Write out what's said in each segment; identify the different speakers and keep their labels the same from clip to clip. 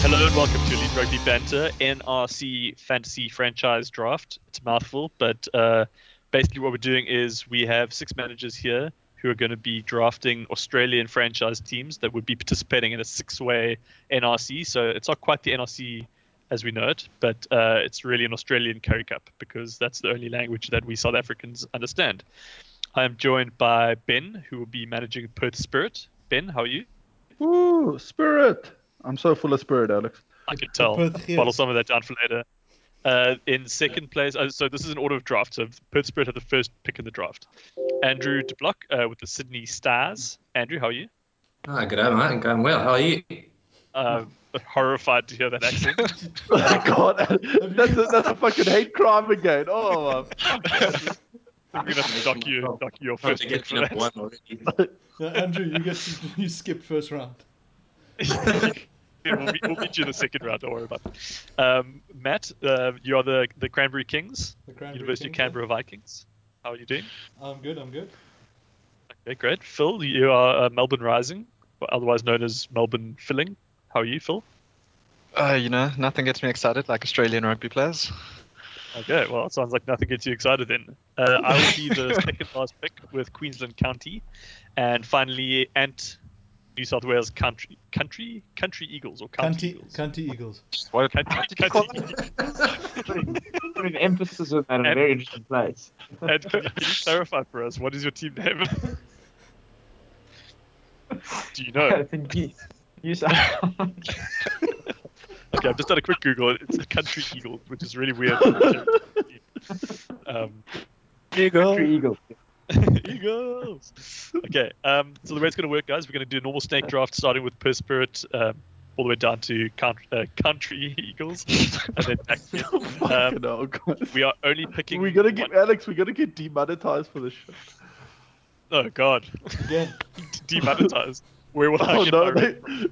Speaker 1: Hello and welcome to Elite Rugby Banter NRC Fantasy Franchise Draft. It's a mouthful, but uh, basically what we're doing is we have six managers here who are going to be drafting Australian franchise teams that would be participating in a six-way NRC. So it's not quite the NRC as we know it, but uh, it's really an Australian Curry Cup because that's the only language that we South Africans understand. I am joined by Ben, who will be managing Perth Spirit. Ben, how are you?
Speaker 2: Woo, spirit. I'm so full of spirit, Alex.
Speaker 1: I can tell.
Speaker 3: Perth Heels.
Speaker 1: Bottle some of that down for later. Uh, in second place, uh, so this is an order of draft. So Perth Spirit had the first pick in the draft. Andrew de Block uh, with the Sydney Stars. Andrew, how are you?
Speaker 4: Ah, good day, mate. I'm going well. How are you?
Speaker 1: Uh, horrified to hear that accent.
Speaker 2: I can't. That's a, that's a fucking hate crime again. Oh,
Speaker 1: I'm gonna knock you, knock your
Speaker 4: I
Speaker 1: first
Speaker 4: think
Speaker 1: pick
Speaker 4: it's
Speaker 1: for
Speaker 4: number
Speaker 1: that.
Speaker 4: one already.
Speaker 3: Yeah, Andrew, you get to, you skip first round.
Speaker 1: Yeah, we'll, meet, we'll meet you in the second round. Don't worry about it. Um, Matt, uh, you are the the Cranberry Kings,
Speaker 3: The Cranberry
Speaker 1: University of
Speaker 3: Kings, yeah.
Speaker 1: Canberra Vikings. How are you doing?
Speaker 3: I'm good. I'm good.
Speaker 1: Okay, great. Phil, you are uh, Melbourne Rising, or otherwise known as Melbourne Filling. How are you, Phil?
Speaker 5: Uh, you know, nothing gets me excited like Australian rugby players.
Speaker 1: Okay, well, it sounds like nothing gets you excited then. Uh, I will be the second last pick with Queensland County, and finally, Ant, New South Wales Country, Country, Country Eagles or County
Speaker 3: County
Speaker 1: Eagles.
Speaker 3: County Eagles.
Speaker 5: What,
Speaker 1: County,
Speaker 5: did you call
Speaker 1: County
Speaker 5: them?
Speaker 1: Eagles.
Speaker 6: put an emphasis on that in a very interesting place.
Speaker 1: And can you clarify for us what is your team name? Do you know?
Speaker 6: It's in Greece. You sound-
Speaker 1: Okay, I've just done a quick Google. It's a country eagle, which is really weird. um,
Speaker 6: Three eagles.
Speaker 1: eagles. Okay, um, so the way it's going to work, guys, we're going to do a normal snake draft, starting with per spirit, um, all the way down to country, uh, country eagles, and then back.
Speaker 2: um, no, God.
Speaker 1: We are only picking.
Speaker 2: We're gonna
Speaker 1: one-
Speaker 2: get Alex. We're gonna get demonetized for this shit.
Speaker 1: Oh God,
Speaker 3: Again,
Speaker 1: demonetized. Where will I
Speaker 2: Oh
Speaker 1: get
Speaker 2: no.
Speaker 1: my-
Speaker 2: They,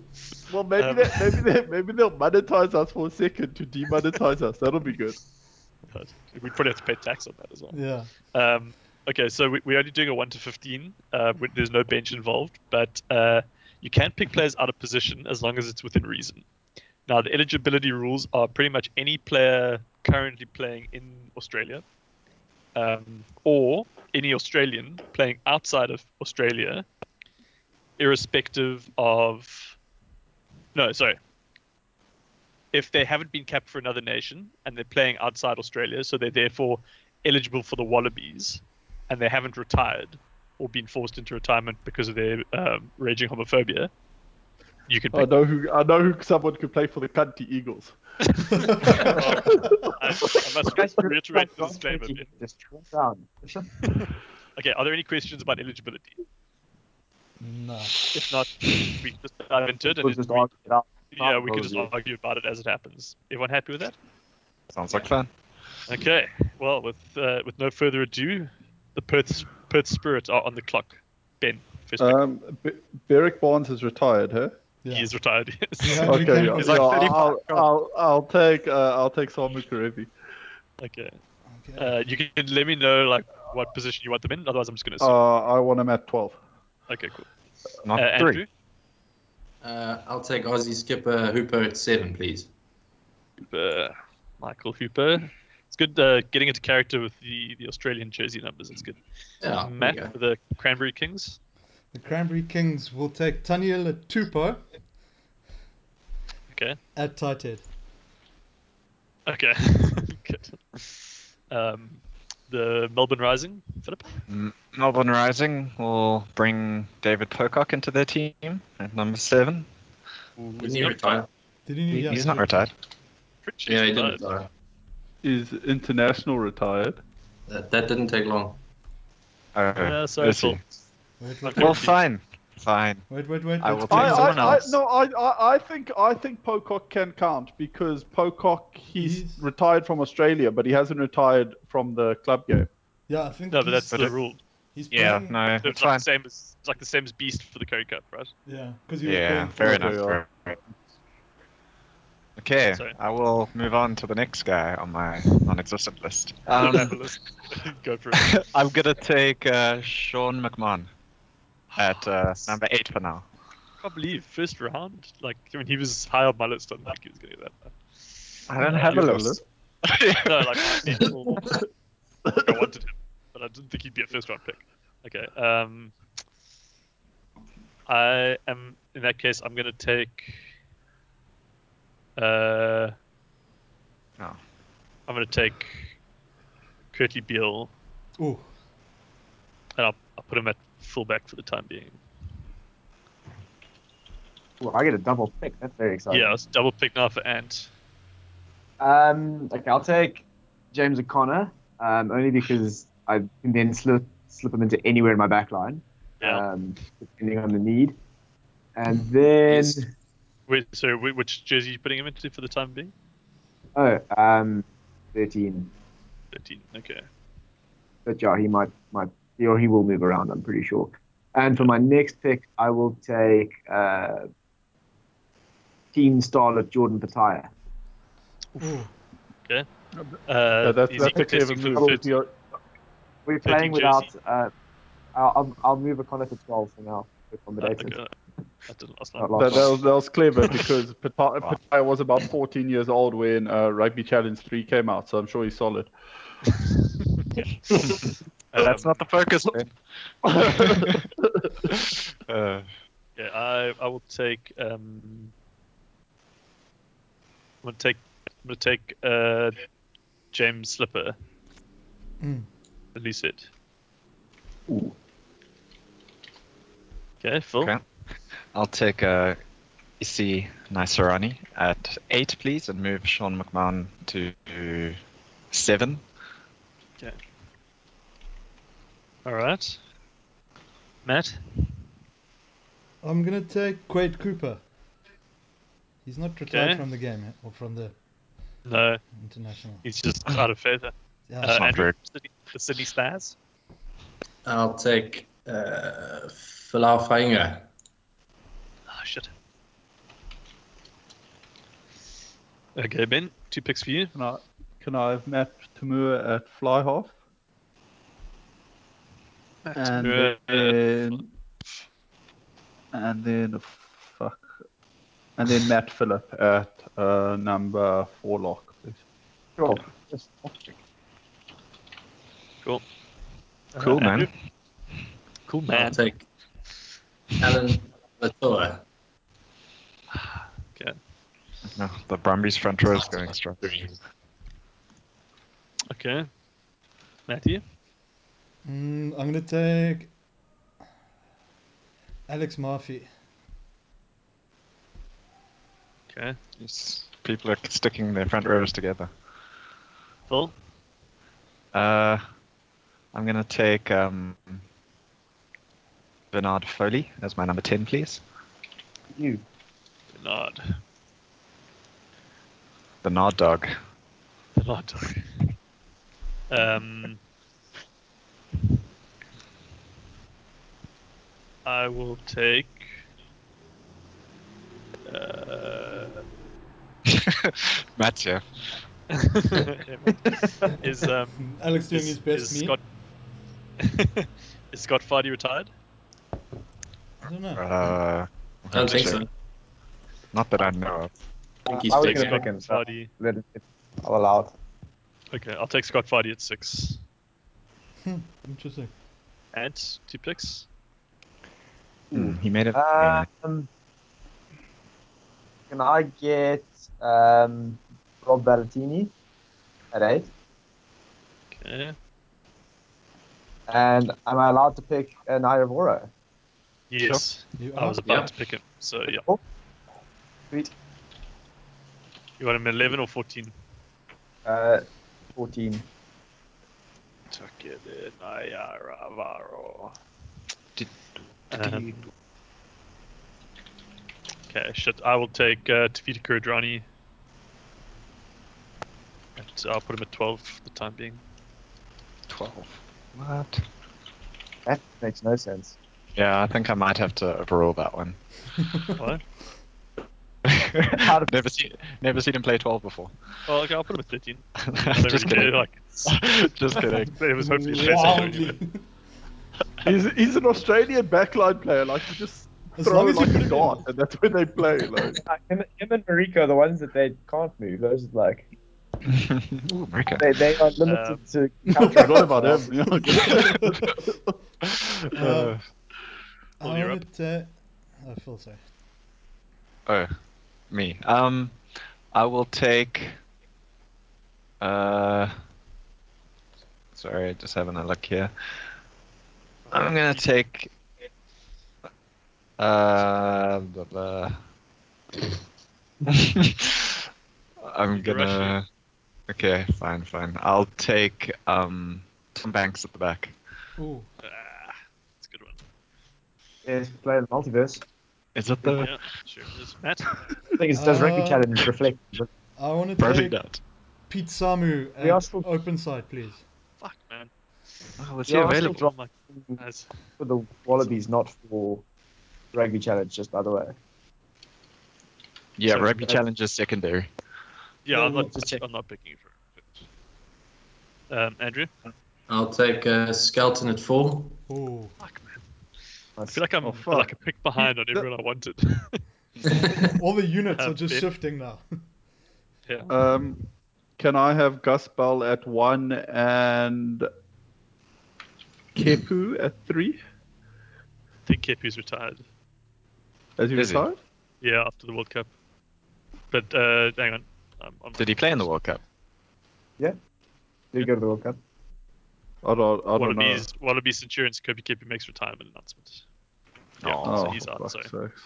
Speaker 2: well, maybe
Speaker 1: Um,
Speaker 2: they, maybe they, maybe they'll monetize us for a second to demonetize us. That'll be good.
Speaker 1: God, We probably have to pay tax on that as well.
Speaker 3: yeah.
Speaker 1: Um, okay, so we, we're only doing a 1 to 15. Uh, with- there's no bench involved, but uh, you can pick players out of position as long as it's within reason. Now, the eligibility rules are pretty much any player currently playing in Australia um, or any Australian playing outside of Australia, irrespective of. No, sorry. If they haven't been capped for another nation and they're playing outside Australia, so they're therefore eligible for the Wallabies and they haven't retired or been forced into retirement because of their um, raging homophobia, you can pick
Speaker 2: I know who. I know who. Someone could play for the County Eagles.
Speaker 1: I, I must reiterate the disclaimer. Ben.
Speaker 6: Just calm down.
Speaker 1: Okay, are there any questions about eligibility?
Speaker 3: No.
Speaker 1: If not, we can just dive into it, and
Speaker 6: We'll
Speaker 1: it-
Speaker 6: just
Speaker 1: we,
Speaker 6: argue it out.
Speaker 1: yeah, we can just
Speaker 6: Probably.
Speaker 1: argue about it as it happens. Everyone happy with that?
Speaker 5: Sounds like fun.
Speaker 1: Okay. Well, with uh, with no further ado, the Perth Perth Spirit are on the clock. Ben, first pick.
Speaker 2: Um, B- Beric Barnes is retired, huh?
Speaker 3: Yeah.
Speaker 1: he is retired.
Speaker 3: You have-
Speaker 2: Okay, yeah,
Speaker 3: He's
Speaker 2: yeah,
Speaker 5: like
Speaker 2: I'll,
Speaker 5: 35.
Speaker 2: I'll, I'll take uh, I'll take Samu Karevi.
Speaker 1: okay.
Speaker 3: Okay.
Speaker 1: Uh, you can let me know like what position you want them in. Otherwise, I'm just gonna. Assume.
Speaker 2: Uh, I want him at twelve.
Speaker 1: okay, cool.
Speaker 5: Not
Speaker 1: Uh, Andrew,
Speaker 5: three.
Speaker 4: Uh, I'll take Aussie skipper Hooper at seven, please.
Speaker 1: uh, Michael Hooper. It's good uh, getting into character with the, the Australian jersey numbers. It's good.
Speaker 4: Yeah, Oh, there you
Speaker 1: Matt
Speaker 4: go.
Speaker 1: for Um, the Cranberry Kings.
Speaker 3: the Cranberry Kings will take Taniel Tupo
Speaker 1: Okay.
Speaker 3: at tight head.
Speaker 1: Okay. Good. Um, the Melbourne Rising, Philip.
Speaker 5: Melbourne Rising will bring David Pocock into their team at number seven.
Speaker 4: Didn't he retire?
Speaker 3: Did he?
Speaker 5: He-
Speaker 3: yeah,
Speaker 5: He's
Speaker 3: he-
Speaker 5: not retired.
Speaker 1: Pritchard.
Speaker 4: Yeah, he did
Speaker 1: Uh,
Speaker 4: retire.
Speaker 2: Is international retired?
Speaker 4: That, that didn't take long.
Speaker 5: Oh,
Speaker 1: Yeah, sorry,
Speaker 5: is he?
Speaker 1: Phil.
Speaker 3: Wait, wait,
Speaker 1: Okay.
Speaker 5: Well, fine. Fine.
Speaker 3: wait, wait, wait. Oh,
Speaker 5: I
Speaker 3: let's
Speaker 5: will
Speaker 3: go.
Speaker 5: take
Speaker 2: I,
Speaker 5: someone
Speaker 2: I, I,
Speaker 5: else.
Speaker 2: no, I, I, I think I think Pocock can count because Pocock he's
Speaker 3: He's-
Speaker 2: retired from Australia, but he hasn't retired from the club game.
Speaker 3: Yeah, I think.
Speaker 1: No, but that's
Speaker 3: he's,
Speaker 1: the rule.
Speaker 3: he's
Speaker 5: Yeah,
Speaker 3: playing-
Speaker 5: no,
Speaker 1: So It's
Speaker 5: it's
Speaker 1: like
Speaker 5: fine.
Speaker 1: the same as it's like the same as Beast for the Curry Cup, right?
Speaker 3: Yeah, because he was
Speaker 5: Yeah,
Speaker 3: playing for-
Speaker 5: fair
Speaker 2: for
Speaker 5: enough.
Speaker 2: the-
Speaker 5: fair enough. Okay,
Speaker 1: Sorry.
Speaker 5: I will move on to the next guy on my non-existent list.
Speaker 1: Don't have a list. Go for it.
Speaker 5: I'm gonna take uh, Sean McMahon at uh, number eight for now.
Speaker 1: can't believe first round. Like I mean, he was high on my list. I didn't think he was going to get that.
Speaker 5: I don't have a
Speaker 1: you
Speaker 5: list.
Speaker 1: far. no, like my mental, like, I wanted him, but I didn't think he'd be a first round pick. Okay. Um, I am in that case. I'm going to take. Uh,
Speaker 5: Oh.
Speaker 1: I'm going to take Curtly Beal
Speaker 3: Ooh,
Speaker 1: and I'll, I'll put him at fullback for the time being.
Speaker 7: Well, I get a double pick. That's very exciting.
Speaker 1: Yeah, it's double pick now for Ant.
Speaker 7: Um, okay, I'll take James O'Connor, um, only because I can then slip slip him into anywhere in my back line,
Speaker 1: Yeah.
Speaker 7: um, depending on the need. And then,
Speaker 4: Yes.
Speaker 1: Wait, so whi- which jersey are you putting him into for the time being?
Speaker 7: oh, um, 13.
Speaker 1: 13. Okay.
Speaker 7: But yeah, he might, might, or he will move around, I'm pretty sure. And for my next pick, I will take uh, teen starlet Jordan Pataya.
Speaker 1: Uh,
Speaker 2: Yeah, that's,
Speaker 1: he's
Speaker 2: that's a
Speaker 1: Uh, contesting
Speaker 2: clever
Speaker 1: for
Speaker 2: move.
Speaker 1: the
Speaker 2: If you're-
Speaker 7: We're
Speaker 1: 13
Speaker 7: playing without.
Speaker 1: jersey.
Speaker 7: Uh, I'll, I'll- I'll move O'Connor to 12 for now. to
Speaker 1: Oh,
Speaker 7: accommodate it.
Speaker 1: okay. That didn't last
Speaker 7: Not
Speaker 5: Uh,
Speaker 1: long.
Speaker 7: last
Speaker 2: That,
Speaker 7: time.
Speaker 2: that was, that was clever because Patai Patai was about 14 years old when uh, Rugby Challenge 3 came out, so I'm sure he's solid.
Speaker 5: That's
Speaker 1: Um,
Speaker 5: not the focus. uh,
Speaker 1: Yeah, I, I will take. Um, I'm gonna take. I'm gonna take uh, James Slipper.
Speaker 3: Mm.
Speaker 1: Release it. Okay, Phil.
Speaker 5: Okay. I'll take uh, Issy Nicerani at eight, please, and move Sean McMahon to seven.
Speaker 1: All right. Matt.
Speaker 3: I'm gonna take Quade Cooper. He's not retired
Speaker 1: Okay.
Speaker 3: from the game yet, or from the
Speaker 1: No,
Speaker 3: international.
Speaker 1: he's just out of favor.
Speaker 3: Yeah,
Speaker 1: Uh,
Speaker 5: not
Speaker 1: Andrew,
Speaker 5: very-
Speaker 1: Sydney, the Sydney Stars.
Speaker 4: I'll take uh, Falau Fainga.
Speaker 1: Oh shit. Okay, Uh, Ben. Two picks for you.
Speaker 2: Can I, can I have Matt Tamur at fly half? And
Speaker 1: Tamura at
Speaker 2: then, and then fuck, and then Matt Phillip at uh, number four lock. Please.
Speaker 7: Sure.
Speaker 5: Cool,
Speaker 1: Uh,
Speaker 5: man.
Speaker 1: Andrew? Cool
Speaker 4: I'll
Speaker 1: man.
Speaker 4: take Alan Latour.
Speaker 5: No, the Brumbies front row is going strong.
Speaker 1: Okay. Matthew.
Speaker 3: Mm, I'm gonna take Alex Murphy.
Speaker 1: Okay.
Speaker 5: Yes. People are sticking their front rows together.
Speaker 1: Phil.
Speaker 5: Uh, I'm going to take um, Bernard Foley as my number 10, please.
Speaker 7: You.
Speaker 1: Bernard.
Speaker 5: Bernard Dog.
Speaker 1: Bernard. um. I will take. Uh,
Speaker 5: Matt's here.
Speaker 1: is um
Speaker 3: Mm, Alex doing
Speaker 1: is,
Speaker 3: his best.
Speaker 1: is
Speaker 3: me.
Speaker 1: Scott is Scott Fardy retired?
Speaker 3: I don't know.
Speaker 5: Uh,
Speaker 4: I don't think so.
Speaker 5: Not that I know of.
Speaker 4: I think he's
Speaker 7: I was
Speaker 4: taking
Speaker 7: gonna
Speaker 4: it.
Speaker 7: pick him, so
Speaker 1: Fardy.
Speaker 7: let it- I'll allow it.
Speaker 1: Okay, I'll take Scott Fardy at six.
Speaker 3: Hmm, Interesting.
Speaker 1: And two picks.
Speaker 5: Hmm, he made it. yeah.
Speaker 7: Um, can I get um, Rob Ballatini at eight?
Speaker 1: Okay.
Speaker 7: And am I allowed to pick uh, an Iravoro?
Speaker 1: Yes.
Speaker 3: You
Speaker 1: I was
Speaker 3: are-
Speaker 1: about
Speaker 4: Yeah.
Speaker 1: to pick him. So yeah.
Speaker 7: Oh. Sweet.
Speaker 1: You want him at eleven or fourteen?
Speaker 7: Uh, 14.
Speaker 1: Takede Nayaravaro.
Speaker 5: Did-
Speaker 1: Um, Okay, shit. I will take uh, Tafita Kudrani. And I'll put him at 12 for the time being.
Speaker 5: 12. What?
Speaker 7: That makes no sense.
Speaker 5: Yeah, I think I might have to overrule that one.
Speaker 1: What?
Speaker 5: I've never seen never seen him play 12 before.
Speaker 1: well, okay, I'll put him at 13. I don't
Speaker 5: Just
Speaker 1: really care,
Speaker 5: kidding.
Speaker 1: Like,
Speaker 5: Just kidding.
Speaker 1: it was hopefully less than 30,
Speaker 3: Wildly.
Speaker 1: but-
Speaker 2: He's, he's an Australian backline player. Like you just
Speaker 3: As
Speaker 2: Throw
Speaker 3: long as you
Speaker 2: like
Speaker 3: put
Speaker 2: a
Speaker 3: it
Speaker 2: dart,
Speaker 3: in.
Speaker 2: and that's when they play. Like,
Speaker 7: Like, him, him and Mariko are the ones that they can't move. Those like
Speaker 5: Ooh, Marika.
Speaker 7: they, they are limited
Speaker 1: Um,
Speaker 7: to.
Speaker 2: I forgot about him. you know.
Speaker 5: Uh,
Speaker 1: Well, you're
Speaker 3: I
Speaker 1: up.
Speaker 3: would, uh, I feel sorry.
Speaker 5: oh, me. Um, I will take. Uh, sorry, just having a look here. I'm gonna take. Uh, blah, blah. I'm
Speaker 1: You can rush
Speaker 5: gonna. Okay, fine, fine. I'll take um Tom Banks at the back.
Speaker 3: Ooh,
Speaker 1: Ah, that's a good one.
Speaker 6: Yes, play the multiverse.
Speaker 5: Is it the
Speaker 1: Yeah, sure. Is Matt?
Speaker 6: I think it does rank
Speaker 3: Uh,
Speaker 6: ranking challenge reflect. but
Speaker 3: I want to
Speaker 5: perfect
Speaker 3: take
Speaker 5: out?
Speaker 3: Pete Samu
Speaker 6: We
Speaker 3: at
Speaker 6: are still-
Speaker 3: open side, please.
Speaker 1: Fuck, man.
Speaker 5: Oh, is
Speaker 6: Yeah,
Speaker 5: he
Speaker 6: I'll still
Speaker 5: available?
Speaker 1: Oh my guys.
Speaker 6: For the Wallabies, not for rugby challenge. Just by the way,
Speaker 5: Yeah,
Speaker 1: So-
Speaker 5: rugby challenge is secondary.
Speaker 1: Yeah,
Speaker 6: Yeah,
Speaker 1: I'm
Speaker 6: we'll
Speaker 1: not.
Speaker 6: just check.
Speaker 1: I'm not picking you for. it. Um, Andrew,
Speaker 4: I'll take uh, Skelton at four.
Speaker 3: Ooh,
Speaker 1: fuck man. I
Speaker 6: That's-
Speaker 1: feel like I'm
Speaker 2: Oh, fuck.
Speaker 1: like a pick behind on everyone I wanted.
Speaker 3: all the units
Speaker 1: Uh,
Speaker 3: are just
Speaker 1: Ben?
Speaker 3: shifting now.
Speaker 1: yeah.
Speaker 2: Um, can I have Gus Bell at one and Kepu at three?
Speaker 1: I think Kepi's retired.
Speaker 2: As you
Speaker 5: Is he?
Speaker 2: retired?
Speaker 1: Yeah, after the World Cup. But uh, hang on. I'm, I'm
Speaker 5: Did he play in the World Cup?
Speaker 6: Did you go to the World Cup?
Speaker 2: I don't, I don't know.
Speaker 1: Wallabies, Wallabies Centurions, Kobe Kepi makes retirement announcement. Yeah,
Speaker 5: Oh,
Speaker 1: so he's
Speaker 2: for
Speaker 1: out.
Speaker 2: fuck's
Speaker 1: Sorry.
Speaker 2: sakes.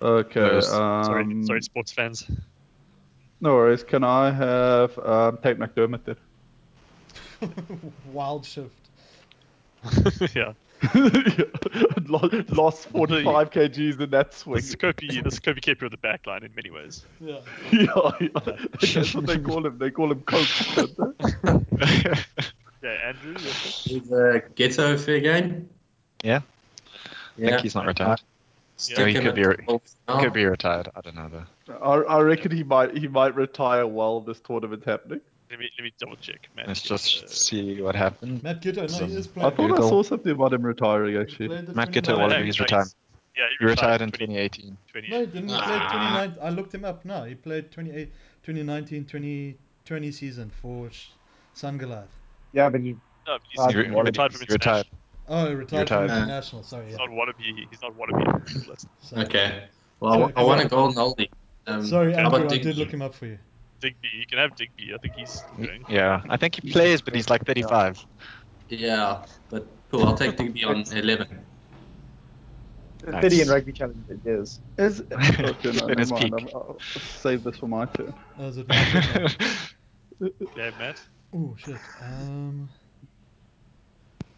Speaker 2: Okay.
Speaker 5: No, s-
Speaker 2: um,
Speaker 1: sorry, sorry, sports fans.
Speaker 2: No worries. Can I have um, Tate McDermott then?
Speaker 3: Wild shift.
Speaker 1: yeah,
Speaker 2: Lo- Lost 45 kgs in that swing.
Speaker 1: this is Kobe. This is Kobe Kepi of the back line in many ways.
Speaker 3: Yeah.
Speaker 2: yeah, yeah. That's what they call him. They call him Coke. don't they?
Speaker 1: Yeah, Andrew. you're up.
Speaker 4: Is uh, Ghetto fair game?
Speaker 5: Yeah. I
Speaker 4: Yeah.
Speaker 5: think he's not retired.
Speaker 4: Stick
Speaker 1: Yeah, he
Speaker 4: him
Speaker 5: could
Speaker 4: at
Speaker 5: be re-
Speaker 4: 12 now.
Speaker 5: Could be retired. I don't know though.
Speaker 2: I, I reckon he might he might retire while this tournament's happening.
Speaker 1: Let me let me double check. Matt,
Speaker 5: Let's
Speaker 1: you're,
Speaker 5: just
Speaker 1: uh,
Speaker 5: see what happens.
Speaker 3: Matt Gitto, no, he is
Speaker 2: I
Speaker 3: playing.
Speaker 2: thought I
Speaker 5: Google.
Speaker 2: saw something about him retiring
Speaker 3: He
Speaker 2: actually.
Speaker 3: played the
Speaker 5: Matt Gitto,
Speaker 3: 29th.
Speaker 5: Wallaby.
Speaker 1: no,
Speaker 5: Wallabies
Speaker 1: no, he's- Yeah,
Speaker 5: He retired in 2018.
Speaker 1: 20,
Speaker 3: No, he didn't. He played
Speaker 4: Ah.
Speaker 3: 29. I looked him up. No, he played 28, 2019, 2020 season for Sh- Sungolive.
Speaker 6: Yeah, but you
Speaker 1: No, but he's,
Speaker 6: Uh,
Speaker 1: he re- he
Speaker 6: Wallabies,
Speaker 1: retired from
Speaker 5: he retired.
Speaker 1: international.
Speaker 3: Oh, he retired from
Speaker 5: Retired.
Speaker 3: international. Sorry.
Speaker 1: He's
Speaker 3: Yeah.
Speaker 1: not wannabe. He's not wannabe. Let's
Speaker 3: Sorry,
Speaker 4: Okay. Well, I,
Speaker 3: Sorry,
Speaker 4: wa- I
Speaker 3: go
Speaker 4: want
Speaker 3: on.
Speaker 4: a golden oldie. Um,
Speaker 3: Sorry,
Speaker 4: how
Speaker 3: Andrew.
Speaker 4: about
Speaker 3: I
Speaker 4: Digby?
Speaker 3: did look him up for you.
Speaker 1: Digby. You can have Digby. I think he's doing.
Speaker 5: Yeah, I think he plays, but he's like 35.
Speaker 4: Yeah, but cool. I'll take Digby on eleven.
Speaker 5: Nice.
Speaker 6: thirty in rugby challenge it is.
Speaker 2: Is okay, no,
Speaker 5: In his
Speaker 2: never mind.
Speaker 5: peak.
Speaker 7: uh,
Speaker 2: I'll, I'll save this for my turn.
Speaker 3: Oh, is it Matt
Speaker 1: Yeah, Matt.
Speaker 3: Oh shit. Um.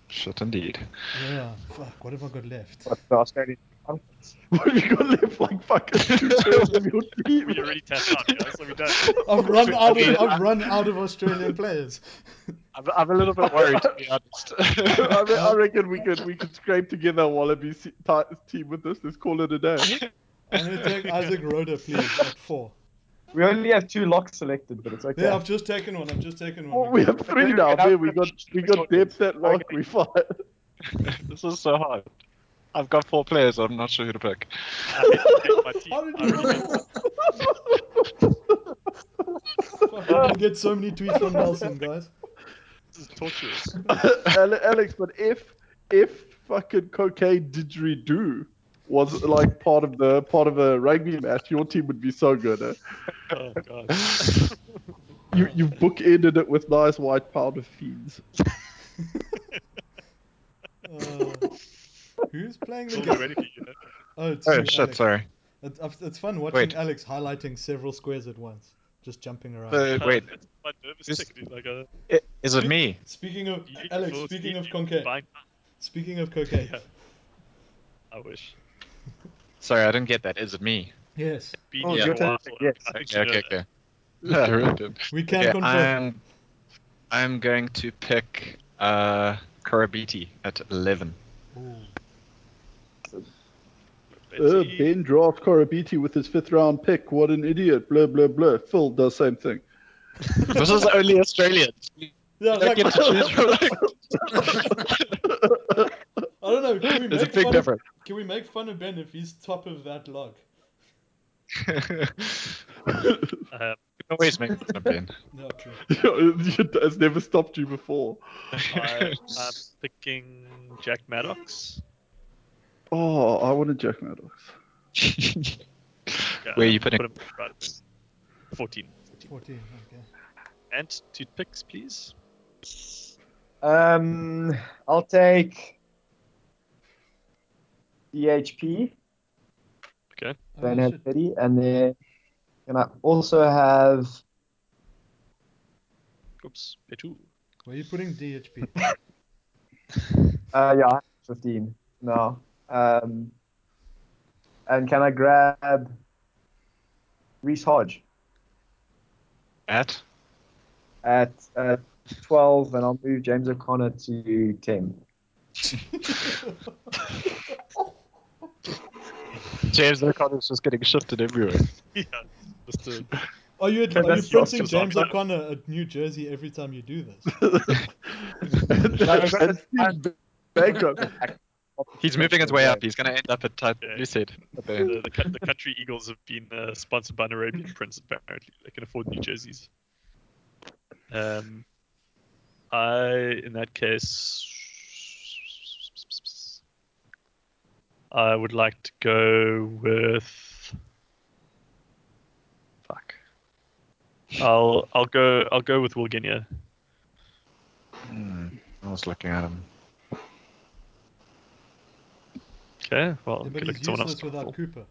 Speaker 5: Shit, indeed.
Speaker 3: Yeah. Fuck. What have I got left?
Speaker 6: But the Australian conference.
Speaker 2: What have you got left like fucking two turns of your team?
Speaker 1: We already tapped out, yeah, so we don't.
Speaker 3: I've run out.
Speaker 5: mean,
Speaker 3: Of, I've run out of Australian players.
Speaker 5: I'm, I'm a little bit worried, to be
Speaker 2: I,
Speaker 5: honest.
Speaker 2: re- I reckon we could we could scrape together a Wallaby se- ti- team with this. Let's call it a day.
Speaker 3: I'm gonna take Isaac Roda, please, at four.
Speaker 6: We only have two locks selected, but it's okay.
Speaker 3: Yeah, I've just taken one. I've just taken
Speaker 2: Well,
Speaker 3: one.
Speaker 2: Oh, we have three now. Man. We got we got depth at lock. We fired.
Speaker 5: this is so hard. I've got four players, I'm not sure who to pick.
Speaker 1: I already picked my team.
Speaker 3: How
Speaker 1: I
Speaker 3: did you
Speaker 1: already picked-
Speaker 3: Fuck, I didn't get so many tweets from Nelson, guys.
Speaker 1: This is torturous.
Speaker 2: Ale- Alex, but if if fucking cocaine didgeridoo was like part of the part of a rugby match, your team would be so good. Eh?
Speaker 1: Oh god.
Speaker 2: You you bookended it with nice white powder feeds.
Speaker 3: Uh, who's playing the
Speaker 1: It's all
Speaker 3: game?
Speaker 1: ready for you, you know?
Speaker 3: Oh, it's
Speaker 5: Oh
Speaker 3: you,
Speaker 5: shit,
Speaker 3: Alex.
Speaker 5: sorry.
Speaker 3: It- It's, it's fun watching
Speaker 5: Wait.
Speaker 3: Alex highlighting several squares at once, just jumping around.
Speaker 5: Uh, wait,
Speaker 1: That's my nervous
Speaker 5: Just-
Speaker 1: tick, dude, like a-
Speaker 5: i- is it me?
Speaker 3: Speaking of
Speaker 1: you-
Speaker 3: Alex,
Speaker 1: you-
Speaker 3: speaking
Speaker 1: you-
Speaker 3: of
Speaker 1: you
Speaker 3: cocaine,
Speaker 1: bind-
Speaker 3: speaking of cocaine,
Speaker 1: Yeah. I wish.
Speaker 5: Sorry, I didn't get that. Is it me?
Speaker 3: yes,
Speaker 1: Been
Speaker 6: Oh,
Speaker 1: here
Speaker 6: your
Speaker 1: for
Speaker 6: turn.
Speaker 1: a while.
Speaker 6: Yes.
Speaker 1: I think
Speaker 5: Okay,
Speaker 1: you know
Speaker 5: okay,
Speaker 1: that.
Speaker 5: okay. Yeah, I really did.
Speaker 3: we can
Speaker 5: Okay,
Speaker 3: confirm.
Speaker 5: I'm, I'm going to pick uh, Korobiti at 11.
Speaker 3: Ooh.
Speaker 2: Uh,
Speaker 1: Betsy,
Speaker 2: ben draft Korobiti with his fifth round pick. What an idiot. Blah blah blah. Phil does same thing.
Speaker 5: this is only Australians. You
Speaker 3: Yeah,
Speaker 5: don't
Speaker 3: like,
Speaker 5: get to choose from like,
Speaker 3: I don't know. Can we
Speaker 5: There's a
Speaker 3: make
Speaker 5: big
Speaker 3: fun of,
Speaker 5: difference.
Speaker 3: Can we make fun of Ben if he's top of that log?
Speaker 5: you
Speaker 1: Uh,
Speaker 5: can always make fun of Ben.
Speaker 3: No, true.
Speaker 2: it's never stopped you before.
Speaker 1: I, I'm picking Jack Maddox.
Speaker 2: Oh, I want to Jack Maddox.
Speaker 1: Yeah,
Speaker 5: Where are you
Speaker 1: I'll
Speaker 5: putting-
Speaker 1: Put him right. 14. 14.
Speaker 3: 14, okay.
Speaker 1: And toothpicks, please.
Speaker 7: Um, I'll take E DHP.
Speaker 3: Oh,
Speaker 7: Don't
Speaker 3: shit.
Speaker 7: have pity, and then can I also have?
Speaker 1: Oops, Petu.
Speaker 3: Where are you putting DHP?
Speaker 7: Uh, yeah, I have fifteen. No. Um, and can I grab Reese Hodge
Speaker 5: At?
Speaker 7: at uh, twelve, and I'll move James O'Connor to ten.
Speaker 5: James O'Connor's just getting shifted everywhere.
Speaker 1: Yeah, Mr.
Speaker 3: Are Oh, you,
Speaker 5: Can
Speaker 3: are you
Speaker 5: that's your
Speaker 3: printing
Speaker 5: options
Speaker 3: James
Speaker 1: on that.
Speaker 3: O'Connor at New Jersey every time you do this?
Speaker 2: and, and Steve Baker.
Speaker 5: He's moving his way up. He's going to end up at type.
Speaker 1: Yeah.
Speaker 5: You said. at the end.
Speaker 1: the, the, cou- the country eagles have been uh, sponsored by an Arabian prince. Apparently, they can afford new jerseys. Um, I, in that case, I would like to go with. Fuck. I'll I'll go I'll go with Wilginia.
Speaker 5: Hmm, I was looking at him.
Speaker 1: Okay, well,
Speaker 3: Yeah,
Speaker 1: good
Speaker 3: but
Speaker 1: look
Speaker 3: he's
Speaker 1: at someone else.
Speaker 3: useless without Cooper.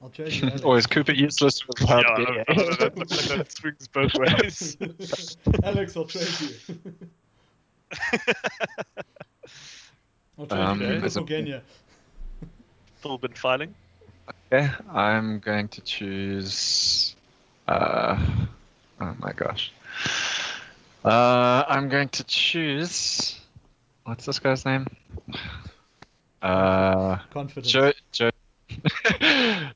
Speaker 3: I'll trade you. Alex.
Speaker 5: or Oh, is Cooper useless
Speaker 1: Yeah,
Speaker 5: without
Speaker 1: I- I- I-
Speaker 5: Gideon?
Speaker 1: that looks like that swings both ways.
Speaker 3: Alex, I'll trade you. I'll trade
Speaker 5: Um,
Speaker 3: you Cooper
Speaker 5: there's a-
Speaker 3: for Genya.
Speaker 1: Full bin filing.
Speaker 5: Okay, I'm going to choose. Uh, oh my gosh. Uh, I'm going to choose. What's this guy's name? Uh,
Speaker 3: Confidence.
Speaker 5: Joe Joe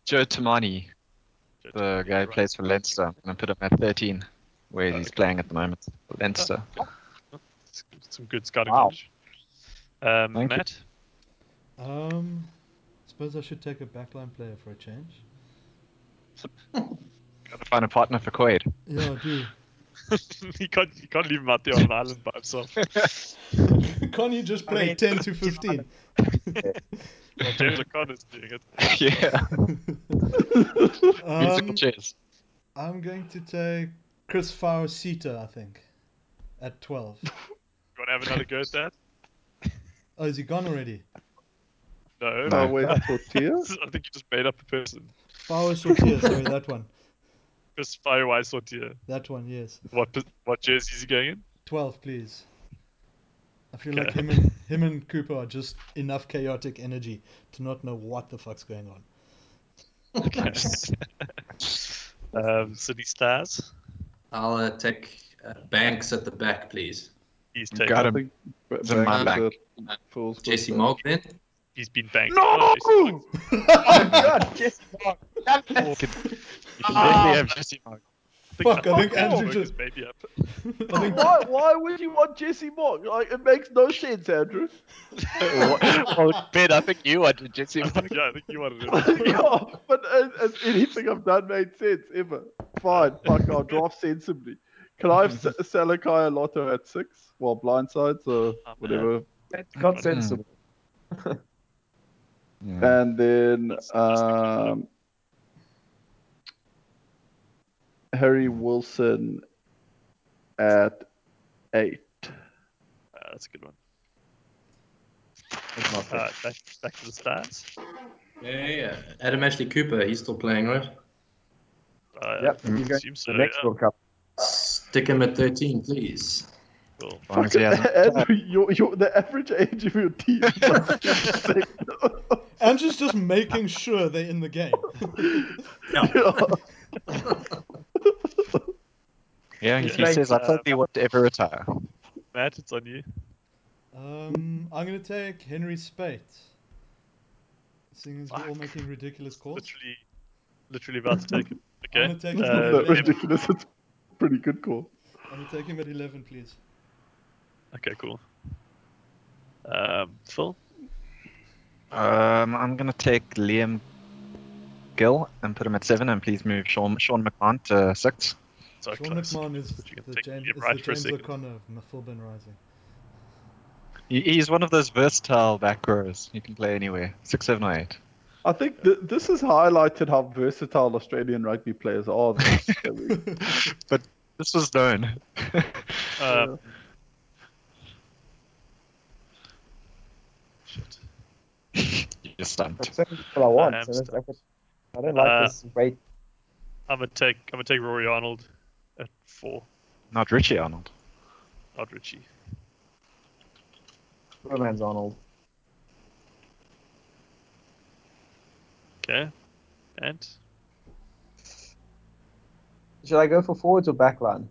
Speaker 5: Joe Tamani, the guy who
Speaker 1: Right.
Speaker 5: plays for Leinster. I'm going to put him at 13, where he's
Speaker 1: Okay.
Speaker 5: playing at the moment. for Leinster.
Speaker 1: some good scouting
Speaker 7: Wow.
Speaker 1: knowledge. Um,
Speaker 5: Thank you.
Speaker 1: Matt,
Speaker 3: Um, suppose I should take a backline player for a change.
Speaker 5: Got to find a partner for Quaid.
Speaker 3: Yeah, I do.
Speaker 1: you can't you can't leave him out there on an island by himself.
Speaker 3: Can't you just play
Speaker 7: mean-
Speaker 3: 10 to 15?
Speaker 1: Well, James O'Connor's doing it.
Speaker 5: yeah. Musical
Speaker 3: um,
Speaker 5: chairs.
Speaker 3: I'm going to take Chris Farosita, I think, at 12.
Speaker 1: You want to have another go at that?
Speaker 3: Oh, is he gone already?
Speaker 1: No.
Speaker 2: No,
Speaker 5: No.
Speaker 2: wait, tortilla?
Speaker 1: I think you just made up a person.
Speaker 3: Farosita, sorry, that one.
Speaker 1: Chris Firewise Sortier.
Speaker 3: That one, yes.
Speaker 1: What pos- what jersey is he going in?
Speaker 3: 12, please. I feel like
Speaker 1: Okay.
Speaker 3: him and, him and Cooper are just enough chaotic energy to not know what the fuck's going on.
Speaker 1: um, Sydney Stars.
Speaker 4: I'll uh, take uh, Banks at the back, please.
Speaker 1: He's taken.
Speaker 5: Got
Speaker 2: I
Speaker 5: him.
Speaker 2: think Ba-
Speaker 5: It's in my
Speaker 2: Banks
Speaker 4: back.
Speaker 2: are fools
Speaker 4: Jesse
Speaker 2: with
Speaker 4: Mogg then.
Speaker 1: He's been banked.
Speaker 5: No!
Speaker 1: Oh, Jason Marks.
Speaker 7: Oh God, Jesse Mark.
Speaker 5: You can, you can definitely
Speaker 1: Ah.
Speaker 5: have Jesse Mark.
Speaker 3: Fuck, I think
Speaker 1: Jason
Speaker 3: Andrew
Speaker 1: Marks
Speaker 3: just-
Speaker 1: Maybe up.
Speaker 3: I
Speaker 2: that.
Speaker 3: think
Speaker 2: Why, why would you want Jesse Mock? Like, it makes no sense, Andrew.
Speaker 5: well, Ben, I think you wanted Jesse
Speaker 1: I
Speaker 5: Mark.
Speaker 1: think- yeah, I think you wanted it.
Speaker 2: yeah, but uh, uh, anything I've done made sense ever. Fine, fuck, I'll draft sensibly. Can I have S- Salakai Lotto at six? Well, blindside, so
Speaker 1: Oh, man.
Speaker 2: whatever.
Speaker 7: That's not sensible.
Speaker 5: Yeah.
Speaker 2: And then
Speaker 1: That's- that's the key.
Speaker 2: um, Harry Wilson at eight.
Speaker 1: Uh, that's a good one.
Speaker 7: That's not sensible.
Speaker 1: Uh, back, back to the Stars.
Speaker 4: Yeah, yeah. Adam Ashley Cooper, he's still playing, right?
Speaker 1: Uh,
Speaker 7: Yep,
Speaker 1: I
Speaker 7: he's going
Speaker 1: assume so,
Speaker 7: The next
Speaker 1: yeah.
Speaker 7: World Cup.
Speaker 4: Stick him at 13, please.
Speaker 1: Cool.
Speaker 5: As long as he hasn't-
Speaker 2: Andrew, your, your, the average age of your team. is like 56.
Speaker 3: Andrew's just making sure they're in the game.
Speaker 5: yeah, he
Speaker 1: He's
Speaker 7: like,
Speaker 5: says, I
Speaker 1: uh,
Speaker 5: probably would ever retire.
Speaker 1: Matt, it's on you.
Speaker 3: Um, I'm going to take Henry Spate. Seeing as we're all
Speaker 1: Fuck.
Speaker 3: making ridiculous calls.
Speaker 1: Literally, literally about to take him.
Speaker 3: I'm
Speaker 1: Okay.
Speaker 3: gonna take
Speaker 2: It's
Speaker 1: Uh,
Speaker 2: not that
Speaker 1: Liam.
Speaker 2: ridiculous. It's a pretty good call.
Speaker 3: I'm going to take him at 11, please.
Speaker 1: Okay. Cool. Um, Phil.
Speaker 5: Um, I'm going to take Liam Gill and put him at seven, and please move Sean, Sean McMahon to six.
Speaker 1: So
Speaker 3: Sean
Speaker 1: close.
Speaker 3: McMahon is
Speaker 1: But you can
Speaker 3: the
Speaker 1: take
Speaker 3: James,
Speaker 1: it
Speaker 3: is
Speaker 1: right
Speaker 3: the
Speaker 1: for a
Speaker 3: James
Speaker 1: second.
Speaker 3: O'Connor of Mafilban Rising.
Speaker 5: He, he's one of those versatile back rows. He can play anywhere. Six, seven, or eight.
Speaker 2: I think th- this has highlighted how versatile Australian rugby players are.
Speaker 5: but this was known.
Speaker 1: Um, shit.
Speaker 5: You're stumped.
Speaker 7: There's so many people I want.
Speaker 1: am
Speaker 7: so there's
Speaker 1: stuck.
Speaker 7: like a, I don't like
Speaker 1: Uh,
Speaker 7: this weight.
Speaker 1: I'm gonna take I'm gonna take Rory Arnold at four,
Speaker 5: Not Richie Arnold.
Speaker 1: not Richie.
Speaker 7: Poor man's Arnold.
Speaker 1: Okay, and
Speaker 7: Should I go for forwards or backline?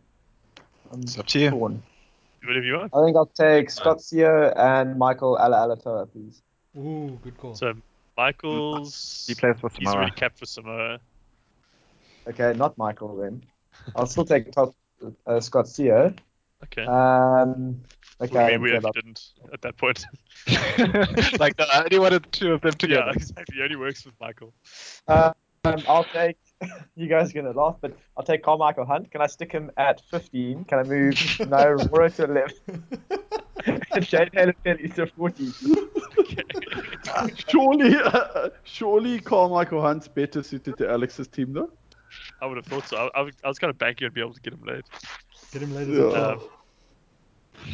Speaker 7: I'm
Speaker 5: It's up to you.
Speaker 7: torn.
Speaker 1: do whatever you want.
Speaker 7: I think I'll take Scott Seo and Michael Ala Alatoa, please.
Speaker 3: Ooh, good call.
Speaker 1: So Michael's
Speaker 5: He plays for
Speaker 1: he's
Speaker 5: Samoa.
Speaker 1: already capped for Samoa.
Speaker 7: Okay, not Michael then. I'll still take top, uh, Scott Seo.
Speaker 1: Okay,
Speaker 7: Um,
Speaker 1: Would
Speaker 7: okay, I
Speaker 1: mean
Speaker 7: don't
Speaker 1: we actually
Speaker 7: care about-
Speaker 1: didn't at that point.
Speaker 5: like the, only one of the two of them together.
Speaker 1: yeah, exactly. He only works with Michael.
Speaker 7: Uh, um, I'll take. You guys are gonna laugh, but I'll take Carmichael Hunt. Can I stick him at 15? Can I move no Rora to 11? Shane Taylor Pelly to 40.
Speaker 2: surely, surely Carmichael Hunt's better suited to Alex's team, though.
Speaker 1: I would have thought so. I, I, was- I was kind of banking I'd be able to get him late.
Speaker 3: Get him later than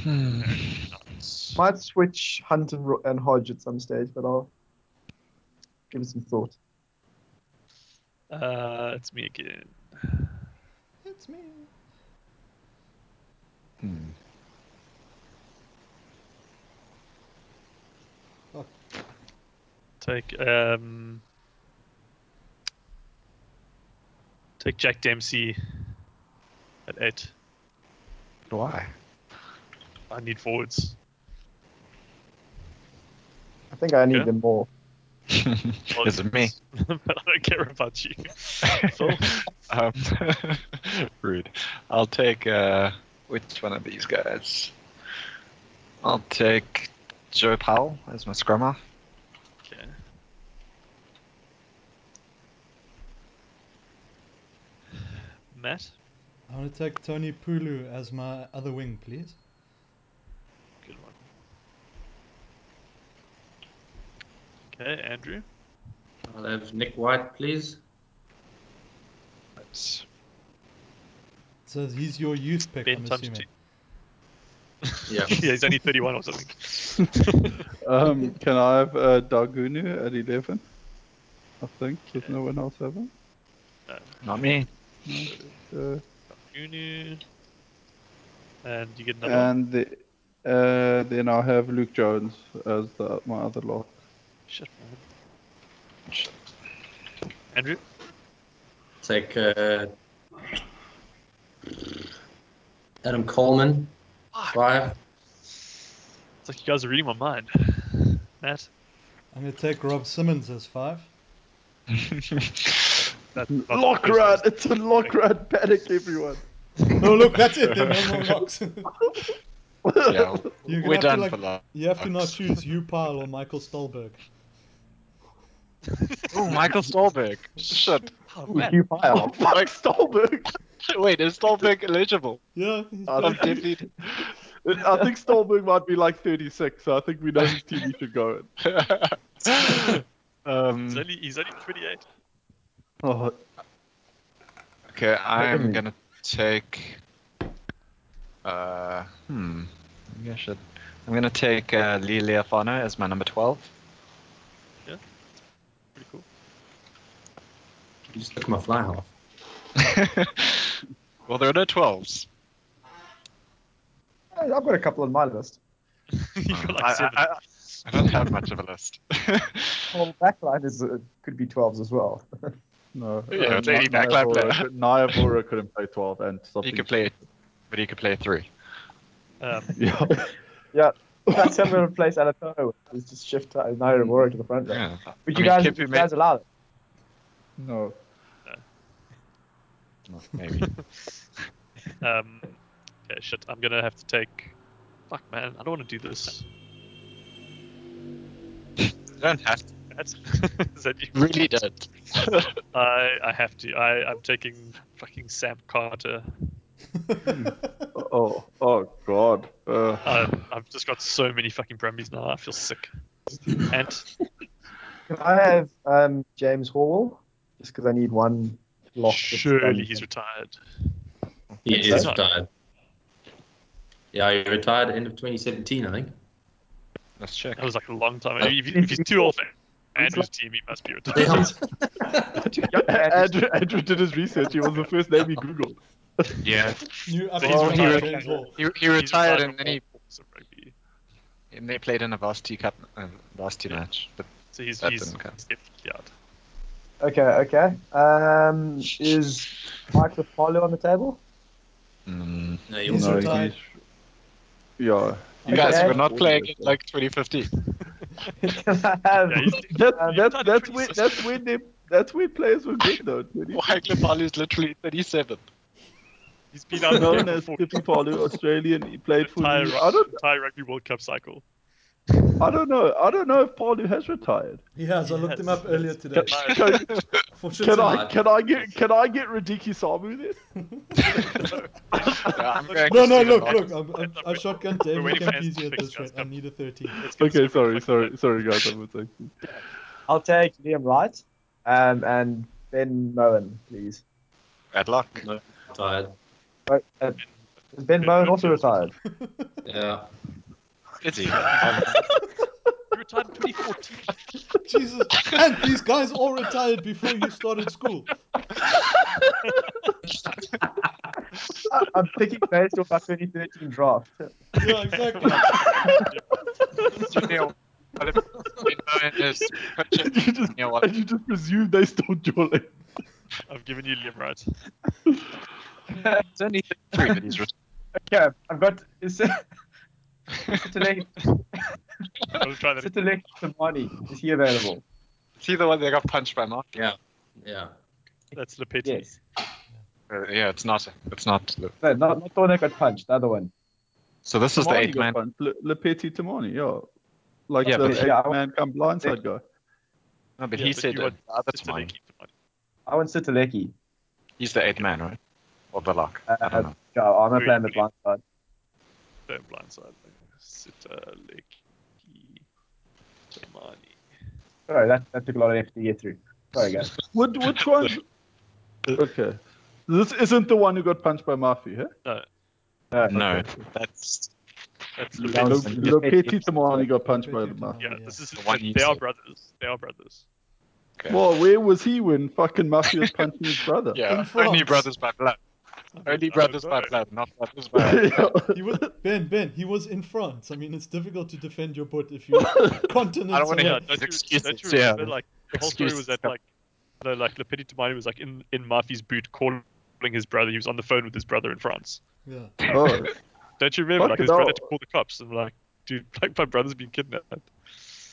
Speaker 2: Yeah.
Speaker 3: 12.
Speaker 7: Might switch Hunt and, Ro- and Hodge at some stage, but I'll give it some thought.
Speaker 1: Uh, it's me again.
Speaker 3: It's me.
Speaker 5: Hmm.
Speaker 1: Take um, take Jack Dempsey at eight.
Speaker 5: Why?
Speaker 1: I need forwards.
Speaker 7: I think I need
Speaker 1: Yeah.
Speaker 7: them more.
Speaker 5: Is it me?
Speaker 1: but I don't care about you. Phil?
Speaker 5: Um, rude. I'll take uh, which one of these guys? I'll take Joe Powell as my scrummer.
Speaker 1: Okay. Matt,
Speaker 3: I want to take Tony Pulu as my other wing, please.
Speaker 1: good one. Okay, Andrew.
Speaker 4: I'll have Nick White, please.
Speaker 5: That's
Speaker 3: So he's your youth pick,
Speaker 1: Ben
Speaker 3: I'm
Speaker 1: times
Speaker 3: assuming.
Speaker 4: Yeah.
Speaker 1: Yeah, he's only 31 or something.
Speaker 2: Um, can I have uh, Dargunu at 11? I think. Does no one else have him?
Speaker 5: not me.
Speaker 2: So,
Speaker 1: Junior. And you get another one.
Speaker 2: and the, uh, then I have Luke Jones as the, my other lock.
Speaker 1: Shit, man. Andrew?
Speaker 4: Take uh, Adam Coleman. Five.
Speaker 1: It's like you guys are reading my mind. Matt?
Speaker 3: I'm going to take Rob Simmons as five.
Speaker 1: That's
Speaker 2: Lock rat! It's a lock rat panic, everyone!
Speaker 3: No, Oh, look, that's it. There are no more locks.
Speaker 5: yeah,
Speaker 3: You're gonna have
Speaker 5: we're
Speaker 3: to,
Speaker 5: done
Speaker 3: like-
Speaker 5: for that.
Speaker 3: You have to now
Speaker 5: Locks.
Speaker 3: choose Hugh Pyle or Michael Stolberg.
Speaker 5: Oh, Michael Stolberg. Shit.
Speaker 1: Oh,
Speaker 7: Ooh,
Speaker 1: Matt.
Speaker 7: Hugh Pyle.
Speaker 2: Fuck Stolberg!
Speaker 5: Wait, is Stolberg eligible?
Speaker 3: Yeah, he's
Speaker 2: I
Speaker 5: I'm
Speaker 3: perfect.
Speaker 2: think,
Speaker 5: definitely.
Speaker 2: I think Stolberg might be like 36, so I think we know whose team he should go in.
Speaker 1: He's
Speaker 5: um,
Speaker 1: only, he's only 28.
Speaker 2: Oh,
Speaker 5: okay, I'm gonna take. Uh, hmm. Maybe I should. I'm gonna take uh, Lee Leofano as my number twelve.
Speaker 1: Pretty cool.
Speaker 4: You just look at my fly half.
Speaker 5: well, there are no twelves.
Speaker 7: I've got a couple on my list.
Speaker 1: you got like
Speaker 5: I,
Speaker 1: seven.
Speaker 5: I, I, I don't have much of a list. yeah,
Speaker 7: Well, backline is uh, could be 12s as well.
Speaker 2: no.
Speaker 5: Yeah,
Speaker 2: Uh,
Speaker 5: it's any
Speaker 2: Ni- Naya
Speaker 5: backline
Speaker 2: Bora
Speaker 5: player.
Speaker 2: could- Naya Bora couldn't play 12 and something.
Speaker 5: you could play, but you could play three.
Speaker 1: um,
Speaker 2: Yeah.
Speaker 7: That's how I'm going to replace Alatoa. Is just shift uh, Naira Mora to the front row.
Speaker 5: Yeah.
Speaker 7: But
Speaker 5: I
Speaker 7: you
Speaker 5: mean,
Speaker 7: guys,
Speaker 5: Kipu
Speaker 7: you
Speaker 5: may-
Speaker 7: guys allow it.
Speaker 2: No.
Speaker 5: Well, Maybe.
Speaker 1: um, okay, shit. I'm gonna have to take. Fuck, man. I don't want to do this.
Speaker 5: don't have to.
Speaker 1: That's is that you?
Speaker 5: Really don't.
Speaker 1: I I have to. I I'm taking fucking Sam Carter.
Speaker 2: Oh, oh God. Uh,
Speaker 1: Uh, I've just got so many fucking Brumbies now. I feel sick. And
Speaker 7: Can I have um, James Hall? Just because I need one lock. that's
Speaker 1: surely
Speaker 7: done.
Speaker 1: he's retired.
Speaker 4: He
Speaker 1: It's
Speaker 4: is
Speaker 1: not-
Speaker 4: retired. Yeah, he retired end of 2017, I think.
Speaker 5: Let's check.
Speaker 1: That was like a long time. I mean, if, he- if he's too old for Andrew's team, he must be retired.
Speaker 2: Andrew, Andrew did his research. He was the first name he googled.
Speaker 5: Yeah.
Speaker 3: New up
Speaker 1: So
Speaker 5: he's
Speaker 3: on
Speaker 5: retired.
Speaker 3: James Hall.
Speaker 5: He, he
Speaker 1: He's
Speaker 5: retired and
Speaker 1: from
Speaker 5: then he
Speaker 1: all forms of rugby.
Speaker 5: and they played in a varsity cup, uh, varsity match. But
Speaker 1: So he's
Speaker 5: That
Speaker 1: he's,
Speaker 5: didn't count.
Speaker 1: he's definitely out.
Speaker 7: Okay, okay. Um, is Michael Polo on the table?
Speaker 5: mm,
Speaker 4: No, he
Speaker 3: He's
Speaker 4: also-
Speaker 3: retired.
Speaker 2: Yeah.
Speaker 5: you guys
Speaker 7: Okay.
Speaker 5: were not playing in like 2015.
Speaker 7: Can I have
Speaker 1: Yeah, he's,
Speaker 2: That,
Speaker 1: You've
Speaker 2: that,
Speaker 1: done
Speaker 2: that's
Speaker 1: pretty
Speaker 2: where
Speaker 1: sus-
Speaker 2: that's where they that's where players were good though. 20.
Speaker 5: Wagner Palu is literally 37.
Speaker 1: he's been out
Speaker 2: Known
Speaker 1: there
Speaker 2: as
Speaker 1: for
Speaker 2: Tippy Palu, Australian. He
Speaker 1: the
Speaker 2: played for.
Speaker 1: entire,
Speaker 2: I don't.
Speaker 1: entire rugby World Cup cycle.
Speaker 2: I don't know. I don't know if Palu has retired.
Speaker 3: He has. I looked him up
Speaker 1: Yes.
Speaker 3: earlier today.
Speaker 1: Retired.
Speaker 2: Can,
Speaker 3: Fortunately,
Speaker 2: can I
Speaker 4: not.
Speaker 2: can I get can I get Radiki Samu then?
Speaker 5: Yeah, I'm going
Speaker 3: No,
Speaker 5: to
Speaker 3: no,
Speaker 5: see the
Speaker 3: look, look.
Speaker 5: market.
Speaker 3: I'm, I'm, I shotgun to every
Speaker 1: waiting for Anthony
Speaker 3: Campisi at
Speaker 1: to fix
Speaker 3: this rate.
Speaker 1: that.
Speaker 3: I need a 13.
Speaker 1: Let's get
Speaker 2: Okay,
Speaker 1: this
Speaker 2: sorry,
Speaker 1: fucking-
Speaker 2: sorry, sorry guys. I'm sorry.
Speaker 7: I'll take Liam Wright um, and Ben Moen, please.
Speaker 5: Bad luck.
Speaker 4: No. retired.
Speaker 7: Oh, uh, is ben Moen also retired?
Speaker 4: Yeah.
Speaker 5: Is he? Um,
Speaker 1: He retired in 2014.
Speaker 3: Jesus. And these guys all retired before you started school.
Speaker 7: I- I'm picking based off our 2013 draft.
Speaker 3: Yeah, exactly.
Speaker 5: Junior Wallop is
Speaker 2: Did you just
Speaker 5: Junior Wallop.
Speaker 2: did you just presume they stole your name?
Speaker 1: I've given you Liam Wright.
Speaker 5: It's only 33, but he's retired.
Speaker 7: Okay, I've got is Sitalek
Speaker 1: I'll try that.
Speaker 7: Samani. Is he available?
Speaker 5: See the one that got punched by Mark?
Speaker 4: Yeah. Yeah.
Speaker 1: That's Lepetti.
Speaker 7: Yes.
Speaker 5: Uh, yeah, it's not. It's not.
Speaker 7: No, not, not the one that got punched. The other one.
Speaker 5: So this is the
Speaker 2: Tamani
Speaker 5: eight
Speaker 2: got
Speaker 5: man.
Speaker 2: punched. Le, Le Petit Tamani, yeah. Like
Speaker 5: Yeah,
Speaker 2: the
Speaker 5: but-
Speaker 2: eight
Speaker 7: Yeah, I-
Speaker 2: man come blindside guy.
Speaker 5: No, but
Speaker 1: Yeah,
Speaker 5: he
Speaker 1: but
Speaker 5: said
Speaker 1: you are-
Speaker 5: that ah, the other
Speaker 1: It's
Speaker 5: time.
Speaker 1: Lepetti.
Speaker 7: I want Sitaleki.
Speaker 5: He's the eighth man, right? Or the lock. I don't
Speaker 7: Uh,
Speaker 5: know.
Speaker 7: yeah, I'm not playing the blind side.
Speaker 1: Don't blindside. uh, Sitaleki. Tamani.
Speaker 7: Sorry, that, that took a lot of effort to get through. Sorry, guys.
Speaker 2: What which one? okay. This isn't the one who got punched by Murphy, huh?
Speaker 7: No,
Speaker 5: No, that's
Speaker 1: That's
Speaker 7: Yeah,
Speaker 1: Lepetti.
Speaker 7: was-
Speaker 2: Le, Le Petit
Speaker 7: Petit.
Speaker 2: Tamani got punched by the
Speaker 3: Petit
Speaker 2: Murphy.
Speaker 1: Yeah,
Speaker 3: yeah.
Speaker 1: this is.
Speaker 5: The one you
Speaker 1: They are
Speaker 5: said.
Speaker 1: brothers. They are brothers.
Speaker 5: Yeah.
Speaker 2: Well, where was he when fucking Murphy was punching his brother?
Speaker 5: yeah.
Speaker 3: In
Speaker 5: Only
Speaker 3: France.
Speaker 5: brothers by blood. Only
Speaker 1: I
Speaker 5: brothers
Speaker 1: don't
Speaker 5: by
Speaker 1: know.
Speaker 5: blood, not brothers by.
Speaker 2: Yeah.
Speaker 3: He was, ben, Ben, he was in France. I mean, it's difficult to defend your butt if you continents
Speaker 5: I don't
Speaker 3: away.
Speaker 5: wanna hear
Speaker 1: Yeah,
Speaker 5: These
Speaker 1: don't you,
Speaker 5: excuses,
Speaker 1: don't you
Speaker 5: yeah.
Speaker 1: remember, like, the whole story was
Speaker 5: Excuses,
Speaker 1: that,
Speaker 5: yeah.
Speaker 1: like, no, like, Lepetti Tamani was, like, in, in Murphy's boot calling his brother. He was on the phone with his brother in France.
Speaker 3: Yeah.
Speaker 2: Oh,
Speaker 1: Don't you remember? Like,
Speaker 2: Fucking
Speaker 1: his brother
Speaker 2: hell.
Speaker 1: had to call the cops and, like, dude, like, my brother's been kidnapped.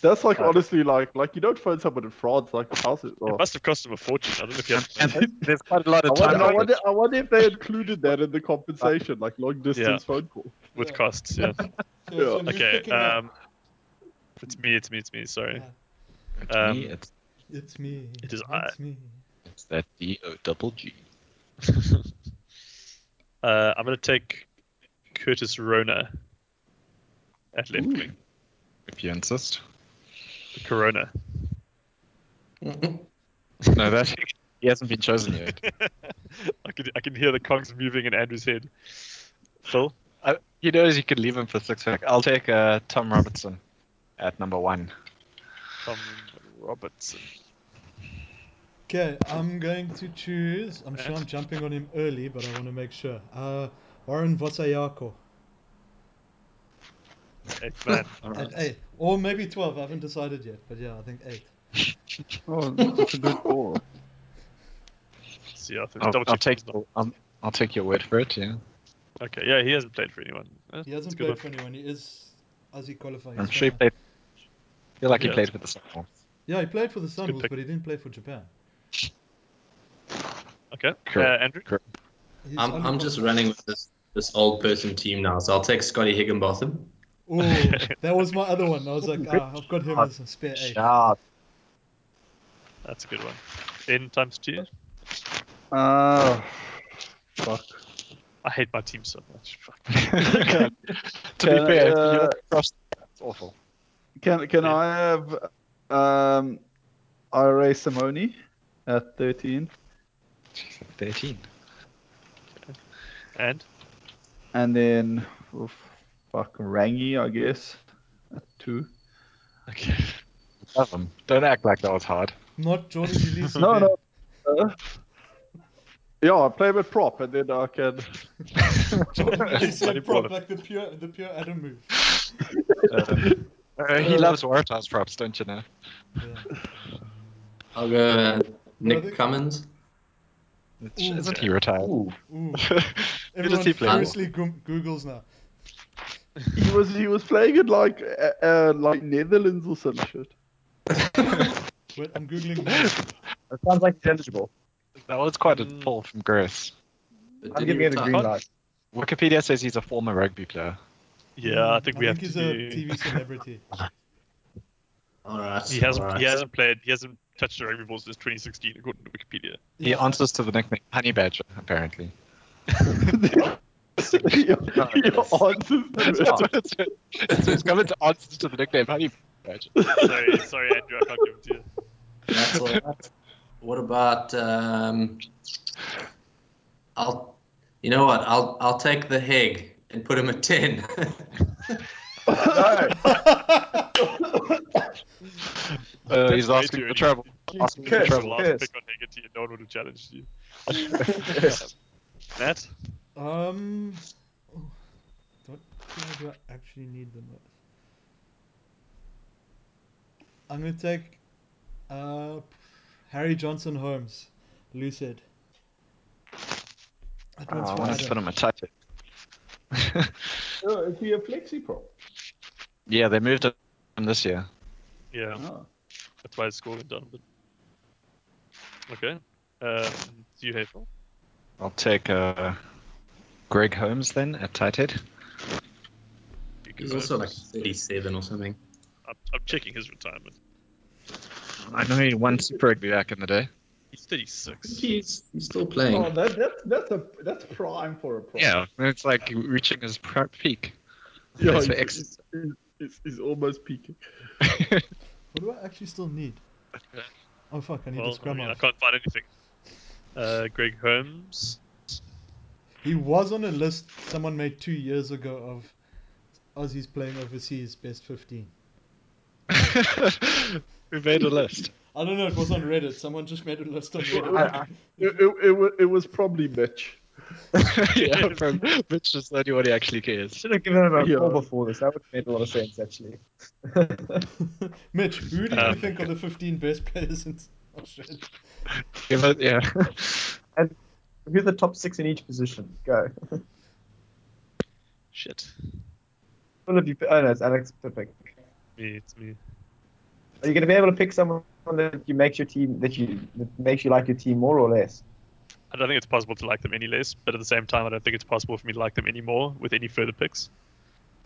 Speaker 2: that's like
Speaker 7: Uh,
Speaker 2: honestly like like you don't phone someone in France like how's it? Oh.
Speaker 1: It must have cost him a fortune. I don't know if you have
Speaker 5: And there's quite a lot
Speaker 2: I
Speaker 5: of time.
Speaker 2: wonder, I,
Speaker 5: difference.
Speaker 2: wonder, I wonder if they included that in the compensation, like long distance
Speaker 1: Yeah.
Speaker 2: phone call.
Speaker 1: with
Speaker 3: Yeah.
Speaker 1: costs. Yeah.
Speaker 3: So, so
Speaker 2: Yeah.
Speaker 3: you're
Speaker 1: okay.
Speaker 3: picking up.
Speaker 1: Um, it's me. It's me. It's me. Sorry.
Speaker 3: Yeah.
Speaker 5: It's
Speaker 1: Um,
Speaker 5: me, it's,
Speaker 3: It's me.
Speaker 1: It is I.
Speaker 3: It's me.
Speaker 5: it's that D O double G.
Speaker 1: Uh, I'm gonna take Curtis Rona at left wing.
Speaker 5: If you insist.
Speaker 1: Corona.
Speaker 5: No, that he hasn't been chosen yet.
Speaker 1: I can I can hear the cogs moving in Andrew's head. Phil.
Speaker 5: I, he knows you could leave him for six pack. I'll take uh, Tom Robertson at number one.
Speaker 1: Tom Robertson.
Speaker 3: Okay, I'm going to choose. I'm sure I'm jumping on him early, but I want to make sure. Uh, Warren Vosayako.
Speaker 1: Eighth man.
Speaker 3: At eight. Or maybe 12. I haven't decided yet. But yeah, I think eight.
Speaker 2: Oh, that's a good call.
Speaker 1: See, I think
Speaker 5: I'll,
Speaker 1: double
Speaker 5: I'll
Speaker 1: check
Speaker 5: take
Speaker 1: he's not-
Speaker 5: I'll, I'll take your word for it. Yeah.
Speaker 1: Okay. Yeah, he hasn't played for anyone. Uh,
Speaker 3: He
Speaker 1: it's
Speaker 3: hasn't
Speaker 1: good
Speaker 3: played
Speaker 1: one.
Speaker 3: for anyone. He is. As he qualified.
Speaker 5: I'm sure he played. Feel like
Speaker 1: Yeah.
Speaker 5: he played for the Sunwolves.
Speaker 3: Yeah, he played for the Sun
Speaker 1: good
Speaker 3: Wolves,
Speaker 1: pick.
Speaker 3: but he didn't play for Japan.
Speaker 1: Okay. Uh,
Speaker 5: Correct.
Speaker 1: Andrew.
Speaker 3: He's
Speaker 4: I'm, I'm just
Speaker 3: unqualified.
Speaker 4: running with this, this old person team now, so I'll take Scotty Higginbotham.
Speaker 3: Ooh, that was my other one. I was like, ah, I've got him as a spare eight.
Speaker 6: Shout.
Speaker 1: That's a good one. N times two.
Speaker 7: Uh,
Speaker 2: Ah, fuck.
Speaker 1: I hate my team so much. Fuck.
Speaker 5: to be
Speaker 2: Can,
Speaker 5: fair,
Speaker 2: uh,
Speaker 5: you crossed. It's awful.
Speaker 2: Can can
Speaker 1: Yeah.
Speaker 2: I have um, Ira Simoni at thirteen
Speaker 5: Thirteen.
Speaker 1: And
Speaker 2: and then oof, fuck Rangi, I guess, at two.
Speaker 5: Okay. Love 'em. Um, Don't act like that was hard.
Speaker 3: Not Jordan Delisi.
Speaker 2: No, no. uh, yeah, I play with prop and then I can.
Speaker 3: Jordan Delisi
Speaker 1: Bloody
Speaker 3: at prop,
Speaker 1: baller.
Speaker 3: like the pure, the pure Adam move.
Speaker 5: Uh, he loves Waratahs props, don't you know?
Speaker 4: I'll go uh,
Speaker 3: I
Speaker 4: Nick
Speaker 3: think-
Speaker 4: Cummins.
Speaker 5: It's-
Speaker 1: Mm.
Speaker 5: Isn't he retired?
Speaker 4: Ooh,
Speaker 3: Ooh,
Speaker 5: does
Speaker 3: everyone
Speaker 5: he play?
Speaker 3: seriously goom- Googles now.
Speaker 2: He was he was playing it like uh, uh, like Netherlands or some shit.
Speaker 3: Wait, I'm Googling now.
Speaker 7: It sounds like it's eligible.
Speaker 5: That was quite a
Speaker 1: Mm.
Speaker 5: pull from Grace.
Speaker 4: but
Speaker 7: I'm
Speaker 4: did he
Speaker 7: giving it a
Speaker 4: retire?
Speaker 7: green light.
Speaker 5: Wikipedia says he's a former rugby player.
Speaker 1: yeah, I think we have
Speaker 3: he's
Speaker 1: to.
Speaker 3: a TV celebrity.
Speaker 4: All right.
Speaker 1: He hasn't.
Speaker 4: all right.
Speaker 1: He hasn't played. He hasn't touched the rugby ball since 2016, according to Wikipedia.
Speaker 5: He answers to the nickname Honey Badger, apparently.
Speaker 2: Your- your answers to it.
Speaker 5: it's, it's, it's coming to answers to the nickname Honey Badger. Uh,
Speaker 1: Sorry, sorry, Andrew, I can't give it to you.
Speaker 4: That's all right. What about? Um, I'll. You know what? I'll I'll take the Hague and put him at ten.
Speaker 5: Uh, he's
Speaker 1: Way
Speaker 5: asking
Speaker 1: too
Speaker 5: for
Speaker 1: early.
Speaker 5: trouble. Asking for
Speaker 1: If you were the
Speaker 5: trouble.
Speaker 1: last
Speaker 7: yes.
Speaker 1: pick on Hagerty, no one would have challenged you.
Speaker 7: Yes.
Speaker 1: Matt,
Speaker 3: Um, oh, don't think I do I actually need them. I'm gonna take uh, Harry Johnson Holmes, Lucid. That one's
Speaker 5: Oh, I
Speaker 3: for
Speaker 5: wanted to
Speaker 3: Adam.
Speaker 5: put him a touch.
Speaker 2: Oh, is he a flexi prop?
Speaker 5: yeah, they moved him this year.
Speaker 1: yeah,
Speaker 2: Oh.
Speaker 1: that's why his score went down a bit. Okay, um, do you hate
Speaker 5: I'll take uh, Greg Holmes then at tight head.
Speaker 4: He's also like thirty-seven or something.
Speaker 1: I'm, I'm checking his retirement.
Speaker 5: I know he won Super Rugby back in the day.
Speaker 1: He's 36.
Speaker 4: He's he's still playing.
Speaker 3: Oh.
Speaker 2: that, that that's a that's prime for a prop.
Speaker 5: Yeah, it's like reaching his pr- peak.
Speaker 2: Yeah,
Speaker 5: That's
Speaker 2: he's,
Speaker 5: the ex-
Speaker 2: he's- he's- he's almost peaking.
Speaker 3: What do I actually still need? Oh fuck! I need
Speaker 1: Well,
Speaker 3: this
Speaker 1: I,
Speaker 3: scrum
Speaker 1: mean, I
Speaker 3: half.
Speaker 1: can't find anything. Uh, Greg Holmes.
Speaker 3: He was on a list someone made two years ago of Aussies playing overseas best 15.
Speaker 5: we made a list.
Speaker 3: I don't know. It was on Reddit. Someone just made a list on Reddit.
Speaker 2: I- It, it, it, wa- it was probably Mitch.
Speaker 5: yeah, from Mitch just anyone who actually cares.
Speaker 7: Should have given him a
Speaker 2: Yeah.
Speaker 7: four before this. That would have made a lot of sense, actually.
Speaker 3: Mitch, who do you
Speaker 1: Um,
Speaker 3: think are the 15 best players in Australia?
Speaker 5: Give it, yeah.
Speaker 7: Who's the top six in each position? Go.
Speaker 1: Shit.
Speaker 7: Will it be? Oh no, it's Alex Pippick.
Speaker 1: Me, it's me.
Speaker 7: Are you going to be able to pick someone that you makes your team that you that makes you like your team more or less?
Speaker 1: I don't think it's possible to like them any less, but at the same time, I don't think it's possible for me to like them anymore with any further picks.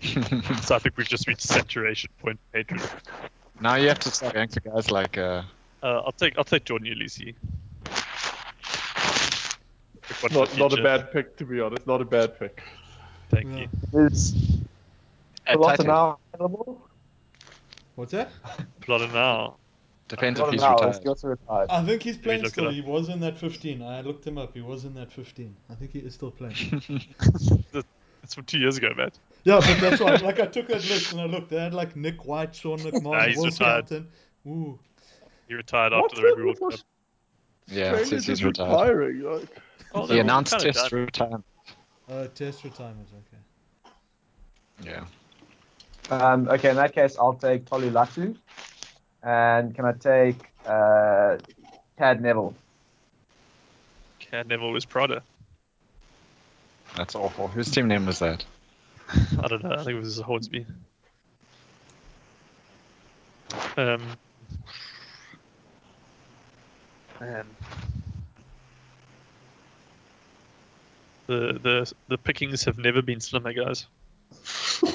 Speaker 1: So I think we've just reached saturation point of hatred.
Speaker 5: now you have to start going to guys like uh,
Speaker 1: Uh, I'll take I'll take Jordan Ulysses.
Speaker 2: Not not a bad pick to be honest. Not a bad pick.
Speaker 1: Thank
Speaker 3: Yeah.
Speaker 1: you.
Speaker 7: Is
Speaker 5: at tight
Speaker 7: Pilota
Speaker 5: end.
Speaker 7: now available?
Speaker 3: What's that?
Speaker 1: Plot now.
Speaker 5: Depends if
Speaker 7: Not
Speaker 5: he's
Speaker 7: now,
Speaker 5: retired.
Speaker 7: is he also retired?
Speaker 3: I think he's playing
Speaker 1: look it
Speaker 3: still.
Speaker 1: up.
Speaker 3: He was in that 15. I looked him up. He was in that 15. I think he is still playing.
Speaker 1: That's from two years ago, Matt.
Speaker 3: yeah, but that's why. Like, I took that list and I looked. They had like Nick White, Sean
Speaker 1: Nah,
Speaker 3: McMahon,
Speaker 1: he's
Speaker 3: Will
Speaker 1: retired.
Speaker 3: Skelton. Ooh.
Speaker 1: He retired
Speaker 2: What?
Speaker 1: after the Rugby World
Speaker 2: What?
Speaker 1: Cup.
Speaker 5: yeah, it
Speaker 2: Australia
Speaker 5: says he's
Speaker 2: just
Speaker 5: retired.
Speaker 2: retiring, like-
Speaker 1: Oh,
Speaker 5: He announced test retirement.
Speaker 3: Uh, test retirement. Okay.
Speaker 5: Yeah.
Speaker 7: Um, okay, in that case, I'll take Tolu Latu. And can I take uh, Tad Neville?
Speaker 1: Can Neville was prouder.
Speaker 5: That's awful. Whose team name was that?
Speaker 1: I don't know. I think it was Hornsby. Um. Man. eh, The the the pickings have never been slimmer, guys.
Speaker 7: I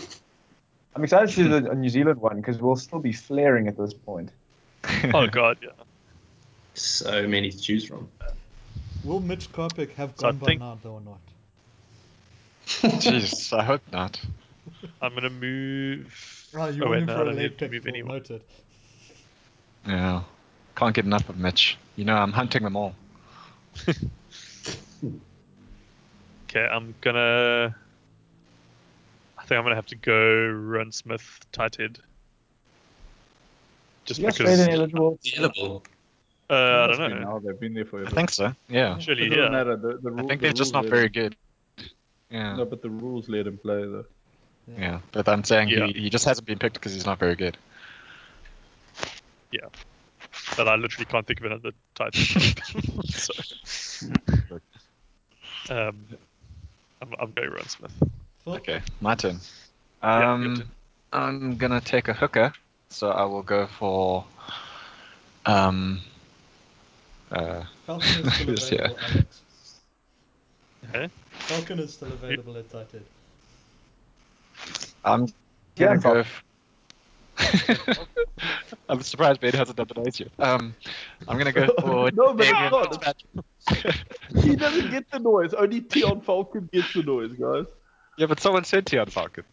Speaker 7: I'm excited to see the New Zealand one because we'll still be flaring at this point.
Speaker 1: Oh god, yeah.
Speaker 4: So many to choose from.
Speaker 3: Will Mitch Karpik have
Speaker 1: So I
Speaker 3: gone by
Speaker 1: think-
Speaker 3: now, though, or not?
Speaker 5: Jeez, I hope not.
Speaker 1: I'm gonna move.
Speaker 3: Right, you
Speaker 1: oh,
Speaker 3: were
Speaker 1: wait,
Speaker 3: in
Speaker 1: no,
Speaker 3: for
Speaker 1: I
Speaker 3: a
Speaker 1: don't
Speaker 3: late
Speaker 1: need to
Speaker 3: pick.
Speaker 1: move
Speaker 3: well
Speaker 1: anyone.
Speaker 3: Noted.
Speaker 5: Yeah. Can't get enough of Mitch. You know, I'm hunting them all.
Speaker 1: Okay, I'm gonna. I think I'm gonna have to go Run Smith tight end. Just
Speaker 7: Is
Speaker 1: because.
Speaker 7: Australian eligible?
Speaker 4: Available.
Speaker 1: Uh, I
Speaker 2: Must
Speaker 1: don't
Speaker 2: be
Speaker 1: know.
Speaker 2: Now they've been there forever.
Speaker 5: I think so. Yeah.
Speaker 1: Surely,
Speaker 2: It doesn't
Speaker 1: yeah.
Speaker 2: matter. The, the
Speaker 5: I
Speaker 2: rule,
Speaker 5: think
Speaker 2: the
Speaker 5: they're
Speaker 2: rules
Speaker 5: just not
Speaker 2: let
Speaker 5: very
Speaker 2: him-
Speaker 5: good. Yeah.
Speaker 2: No, but the rules let him play though.
Speaker 5: Yeah. But I'm saying
Speaker 1: Yeah.
Speaker 5: he, he just hasn't been picked because he's not very good.
Speaker 1: But I literally can't think of another tight end. so, um, I'm, I'm going Run Smith.
Speaker 3: Phil?
Speaker 5: Okay, my turn.
Speaker 1: Yeah,
Speaker 5: Um,
Speaker 1: your turn.
Speaker 5: I'm gonna take a hooker, so I will go for. Um. Uh,
Speaker 3: Falcon is still
Speaker 5: Yes, yeah.
Speaker 3: available, Alex.
Speaker 1: Eh?
Speaker 3: Falcon is still available at tight end.
Speaker 5: I'm gonna
Speaker 7: Yeah, I'm
Speaker 5: go. f- I'm surprised Ben hasn't done the notes yet. Um, I'm gonna go for.
Speaker 2: No, but it's
Speaker 5: Damian
Speaker 2: not.
Speaker 5: Fitzpatrick.
Speaker 2: He doesn't get the noise. Only Tion Falcon gets the noise, guys.
Speaker 5: yeah, but someone said Tian Falcon.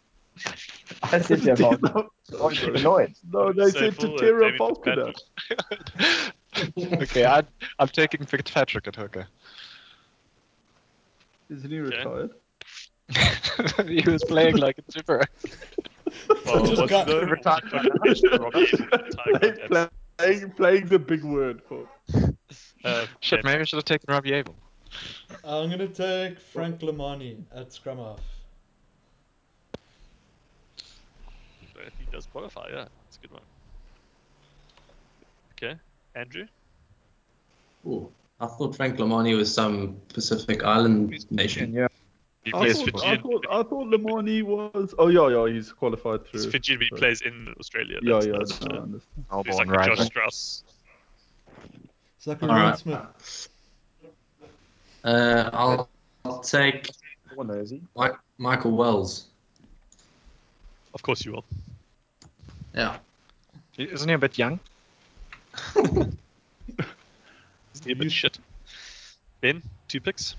Speaker 7: That's it, yeah, Bob. Oh,
Speaker 2: Sorry.
Speaker 7: the noise.
Speaker 2: No, they
Speaker 1: So
Speaker 2: said to
Speaker 1: full, uh,
Speaker 2: Terra
Speaker 1: Damian
Speaker 2: Falconer.
Speaker 1: Fitzpatrick.
Speaker 5: okay, I, I'm taking Fitzpatrick at hooker.
Speaker 2: Isn't he retired?
Speaker 5: he was playing like a gibber.
Speaker 1: Well,
Speaker 3: Just
Speaker 1: what's
Speaker 3: got
Speaker 1: the-
Speaker 7: retired by
Speaker 1: what's the- Robbie, Tiger,
Speaker 2: Play- playing, playing the big word for.
Speaker 1: uh,
Speaker 5: Shit, maybe I should have taken Robbie Abel.
Speaker 3: Uh, I'm going to take Frank Lamani at scrum half.
Speaker 1: He does qualify, yeah. It's a good one. Okay, Andrew?
Speaker 4: Ooh, I thought Frank Lamani was some Pacific Island nation.
Speaker 7: Yeah.
Speaker 1: He
Speaker 2: I
Speaker 1: plays
Speaker 2: thought, I
Speaker 1: Fijian.
Speaker 2: thought, I thought Lamani was. Oh, yeah, yeah, he's qualified
Speaker 1: It's
Speaker 2: through.
Speaker 1: Fijian, but he plays in Australia.
Speaker 2: Yeah,
Speaker 1: That's,
Speaker 2: yeah,
Speaker 1: that's
Speaker 2: no, I
Speaker 1: uh,
Speaker 2: understand.
Speaker 1: he's
Speaker 5: Melbourne
Speaker 1: like a Josh
Speaker 5: rival.
Speaker 1: Strauss.
Speaker 3: It's like a
Speaker 4: All
Speaker 3: Ryan
Speaker 4: right.
Speaker 3: Smith.
Speaker 4: Uh, I'll, I'll take
Speaker 7: Poor nosy.
Speaker 4: Mi- Michael Wells.
Speaker 1: Of course you will.
Speaker 4: Yeah.
Speaker 5: Isn't he a bit young?
Speaker 1: He's a bit
Speaker 3: You-
Speaker 1: shit. Ben, two picks.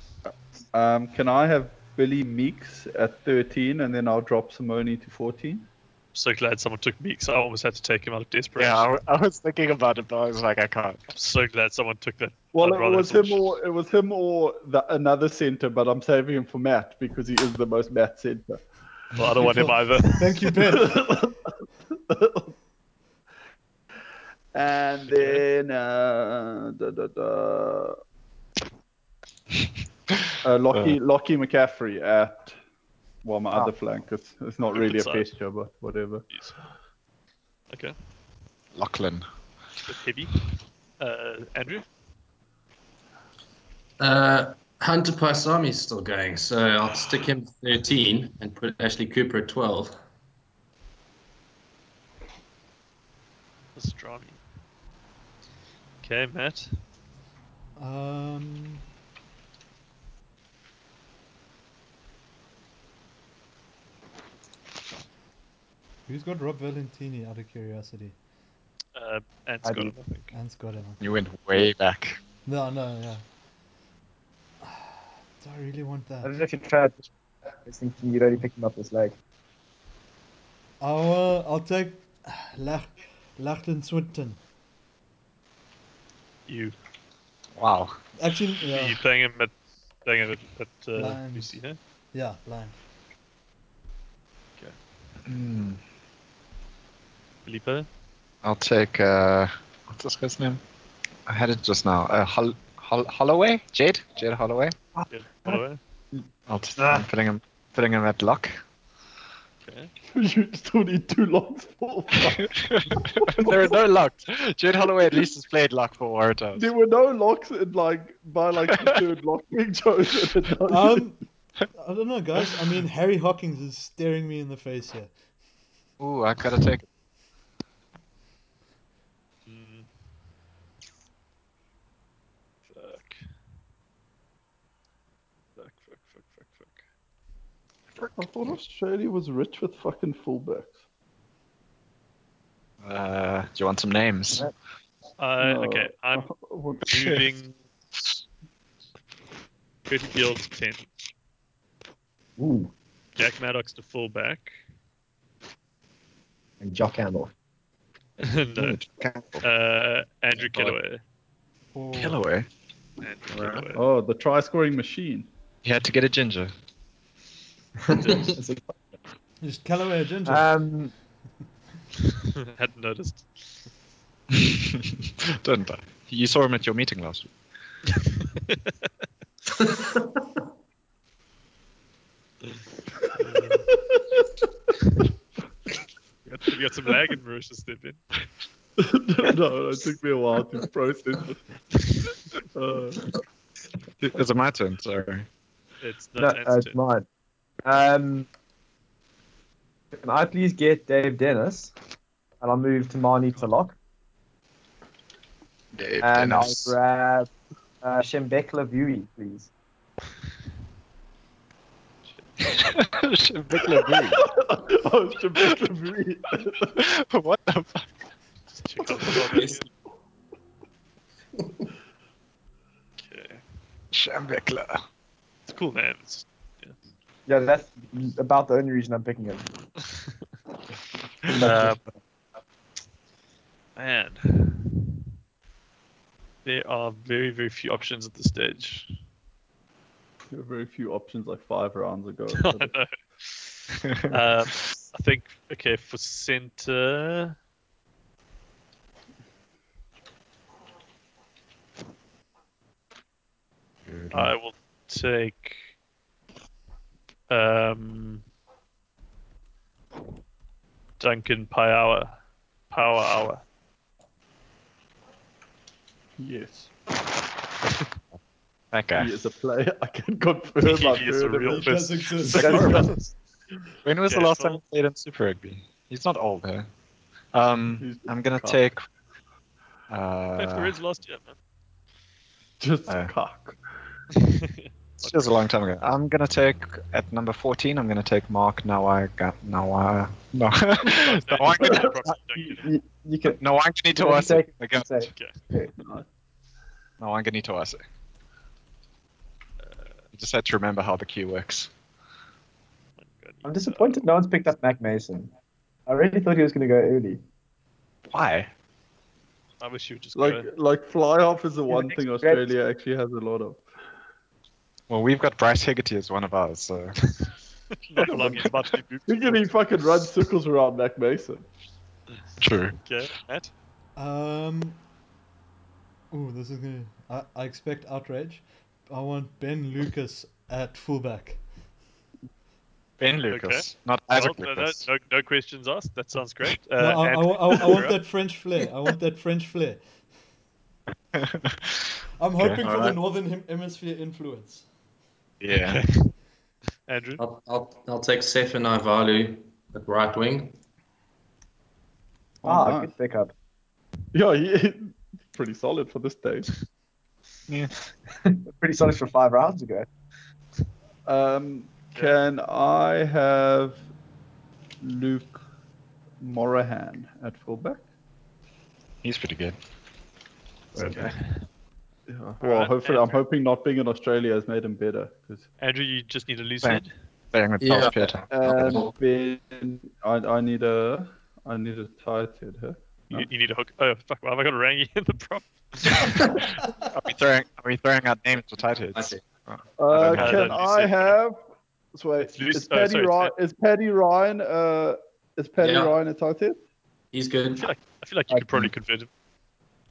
Speaker 2: Um, can I have Billy Meeks at 13 and then I'll drop Simone to 14?
Speaker 1: So glad someone took Meeks. I almost had to take him out of desperation.
Speaker 5: I was thinking about it, but I was like, I can't.
Speaker 1: I'm so glad someone took that.
Speaker 2: Well,
Speaker 1: I'd
Speaker 2: it
Speaker 1: rather
Speaker 2: was
Speaker 1: have
Speaker 2: him or it was him or the, another center, but I'm saving him for Matt because he is the most Matt center.
Speaker 1: Well, I don't want him either.
Speaker 3: Thank you, Ben.
Speaker 2: And then uh, da, da, da. Uh, Lockie, Lockie McCaffrey at well, my other flank. It's, it's not
Speaker 1: Open
Speaker 2: really a
Speaker 1: side.
Speaker 2: fixture, but whatever.
Speaker 1: Jeez. okay,
Speaker 5: Lachlan.
Speaker 1: it's a bit heavy. Uh, Andrew?
Speaker 4: Uh, Hunter Paisami's still going, so I'll stick him at 13 and put Ashley Cooper at 12.
Speaker 1: Pastrami. Okay, Matt.
Speaker 3: Um, who's got Rob Valentini out of curiosity?
Speaker 1: Uh, and
Speaker 7: I
Speaker 1: Scott,
Speaker 7: do.
Speaker 1: I think.
Speaker 3: Anne's got him.
Speaker 5: You went way back.
Speaker 3: No, no, yeah. Do I really want
Speaker 7: I don't
Speaker 3: that?
Speaker 7: know if you tried. I was thinking you'd only pick him up this leg.
Speaker 3: I'll, uh, I'll take Lach- Lachlan Swinton.
Speaker 1: You,
Speaker 5: Wow.
Speaker 3: Actually,
Speaker 1: you
Speaker 3: yeah,
Speaker 1: playing him at playing him at, at uh,
Speaker 3: Lions.
Speaker 1: BC, huh?
Speaker 3: yeah, blind.
Speaker 1: Felipe?
Speaker 5: I'll take, uh, what's this guy's name? I had it just now. Uh, Hol- Hol- Holloway? Jade? Jade Holloway?
Speaker 1: Yeah, by the way.
Speaker 5: I'll t- I'm putting him, putting him at lock.
Speaker 2: you still need two longs for.
Speaker 5: there are no locks. Jade Holloway at least has played lock for Waratahs.
Speaker 2: There were no locks in like by like the third lock being chosen.
Speaker 3: Um, I don't know, guys. I mean, Harry Hawkins is staring me in the face here.
Speaker 5: Ooh, I gotta take it.
Speaker 1: Mm. Fuck. Fuck, fuck, fuck, fuck, fuck.
Speaker 2: Um, I thought Australia was rich with fucking fullbacks.
Speaker 5: Uh, do you want some names?
Speaker 1: Uh, Okay, I'm
Speaker 2: What the shit?
Speaker 1: moving. Cody Fields to 10.
Speaker 6: Ooh,
Speaker 1: Jack Maddox to fullback.
Speaker 6: and Jock Campbell.
Speaker 1: no. Uh, Andrew Killaway.
Speaker 3: Or-
Speaker 5: Killaway.
Speaker 1: Andrew
Speaker 4: Alright.
Speaker 1: Killaway.
Speaker 2: Oh, the try scoring machine.
Speaker 5: He had to get a ginger.
Speaker 3: Just Callaway a ginger.
Speaker 7: Um,
Speaker 1: Hadn't noticed.
Speaker 5: Don't buy. You saw him at your meeting last week.
Speaker 1: We got, we got some lag in Mauritius there, Ben.
Speaker 2: no, it took me a while to process. it. Uh,
Speaker 5: Is it my turn? Sorry.
Speaker 1: It's
Speaker 7: no,
Speaker 1: not
Speaker 7: uh,
Speaker 1: Ant's
Speaker 7: it's
Speaker 1: turn.
Speaker 7: mine. Um, can I please get Dave Dennis? And I'll move to Marnie to lock.
Speaker 5: Dave
Speaker 7: And I'll grab uh, Shembekla Vui, please.
Speaker 2: oh, it's a bit of me.
Speaker 5: what the fuck?
Speaker 1: Just check out the log again. okay.
Speaker 5: Shambekla.
Speaker 1: It's a cool name. It's-
Speaker 7: Yeah, that's about the only reason I'm picking him.
Speaker 1: Uh, man. There are very, very few options at this stage.
Speaker 2: There were very few options like five rounds ago.
Speaker 1: I know. um, I think okay for center. I will take. Um, Duncan Power, Power Hour.
Speaker 2: yes. He
Speaker 5: That guy.
Speaker 2: is a player. I can confirm
Speaker 1: He
Speaker 2: I've
Speaker 1: is
Speaker 2: heard
Speaker 1: a
Speaker 2: of
Speaker 1: real
Speaker 2: him.
Speaker 3: it does exist.
Speaker 2: That's-
Speaker 5: When was the
Speaker 1: Yeah,
Speaker 5: last time
Speaker 1: so-
Speaker 5: he played in Super Rugby? He's not old, though. Um,
Speaker 2: He's-
Speaker 5: I'm gonna
Speaker 2: Cock.
Speaker 5: take.
Speaker 1: Played for
Speaker 5: Uh,
Speaker 1: Reds last year,
Speaker 2: Just
Speaker 5: Uh,
Speaker 2: cock.
Speaker 1: man.
Speaker 5: it was a long time ago. I'm gonna take at number 14. I'm gonna take Mark Nawai. Nawai. No. Nawai.
Speaker 1: Approximately Duncan.
Speaker 7: You, you can.
Speaker 5: Nawangani
Speaker 7: you can
Speaker 5: Tawase.
Speaker 7: take-
Speaker 5: I got
Speaker 7: say-
Speaker 5: Nawangani Tawase. You just had to remember how the key works.
Speaker 7: I'm disappointed no one's picked up Mac Mason. I really thought he was going to go early.
Speaker 5: Why?
Speaker 1: I wish you would just
Speaker 2: Like,
Speaker 1: go.
Speaker 2: like fly off is the one
Speaker 7: next
Speaker 2: thing
Speaker 7: grade-
Speaker 2: Australia actually has a lot of.
Speaker 5: Well, we've got Bryce Hegarty as one of ours, so
Speaker 1: No, like, it's about to be booped.
Speaker 2: You can he fucking run circles around Mac Mason.
Speaker 5: true.
Speaker 1: Okay, Matt.
Speaker 3: Um. Ooh, this is gonna. I, I expect outrage. I want Ben Lucas at fullback.
Speaker 5: Ben Lucas, not Isaac
Speaker 1: Well, no, no,
Speaker 5: Lucas.
Speaker 1: no, no questions asked. That sounds great. Uh,
Speaker 3: no, I, I,
Speaker 1: Andrew,
Speaker 3: wa- I, wa- I want
Speaker 1: you're up.
Speaker 3: that French flair. I want that French flair. I'm
Speaker 5: Okay,
Speaker 3: hoping for the
Speaker 5: alright.
Speaker 3: Northern Hem- Hemisphere influence.
Speaker 5: Yeah.
Speaker 1: Andrew.
Speaker 4: I'll, I'll, I'll take Sefa Naivalu at right wing.
Speaker 2: Oh,
Speaker 7: ah,
Speaker 2: nice.
Speaker 7: good pickup.
Speaker 2: Yeah, he, pretty solid for this day.
Speaker 7: Pretty solid for five rounds ago.
Speaker 2: Um, can I have Luke Morahan at fullback?
Speaker 5: He's pretty good.
Speaker 4: Okay.
Speaker 2: Yeah. Well,
Speaker 1: Alright,
Speaker 2: hopefully, I'm
Speaker 1: Andrew.
Speaker 2: hoping not being in Australia has made him better. 'cause-
Speaker 1: Andrew, you just need a loose
Speaker 5: Thank-
Speaker 1: head.
Speaker 5: Playing with
Speaker 4: Yeah.
Speaker 5: Charles Pieter.
Speaker 2: Um, Ben, I, I need a, I need a tight head. Huh?
Speaker 1: You, you need a hook. Oh fuck! Why have I got a rangy in the prop?
Speaker 5: are we throwing? Are we throwing out names to tight
Speaker 4: I
Speaker 5: heads?
Speaker 4: see.
Speaker 2: Uh,
Speaker 5: don't know.
Speaker 2: can
Speaker 1: No, no,
Speaker 2: I
Speaker 1: Lucy.
Speaker 2: have? So wait,
Speaker 1: It's Lucy-
Speaker 2: is
Speaker 1: oh,
Speaker 2: Paddy
Speaker 1: sorry, it's
Speaker 2: Ryan? Is Paddy Ryan? Uh, is Paddy
Speaker 4: Yeah.
Speaker 2: Ryan a tight head?
Speaker 4: He's
Speaker 1: I
Speaker 4: good.
Speaker 1: feel like I feel like you
Speaker 7: I
Speaker 1: could probably convert him.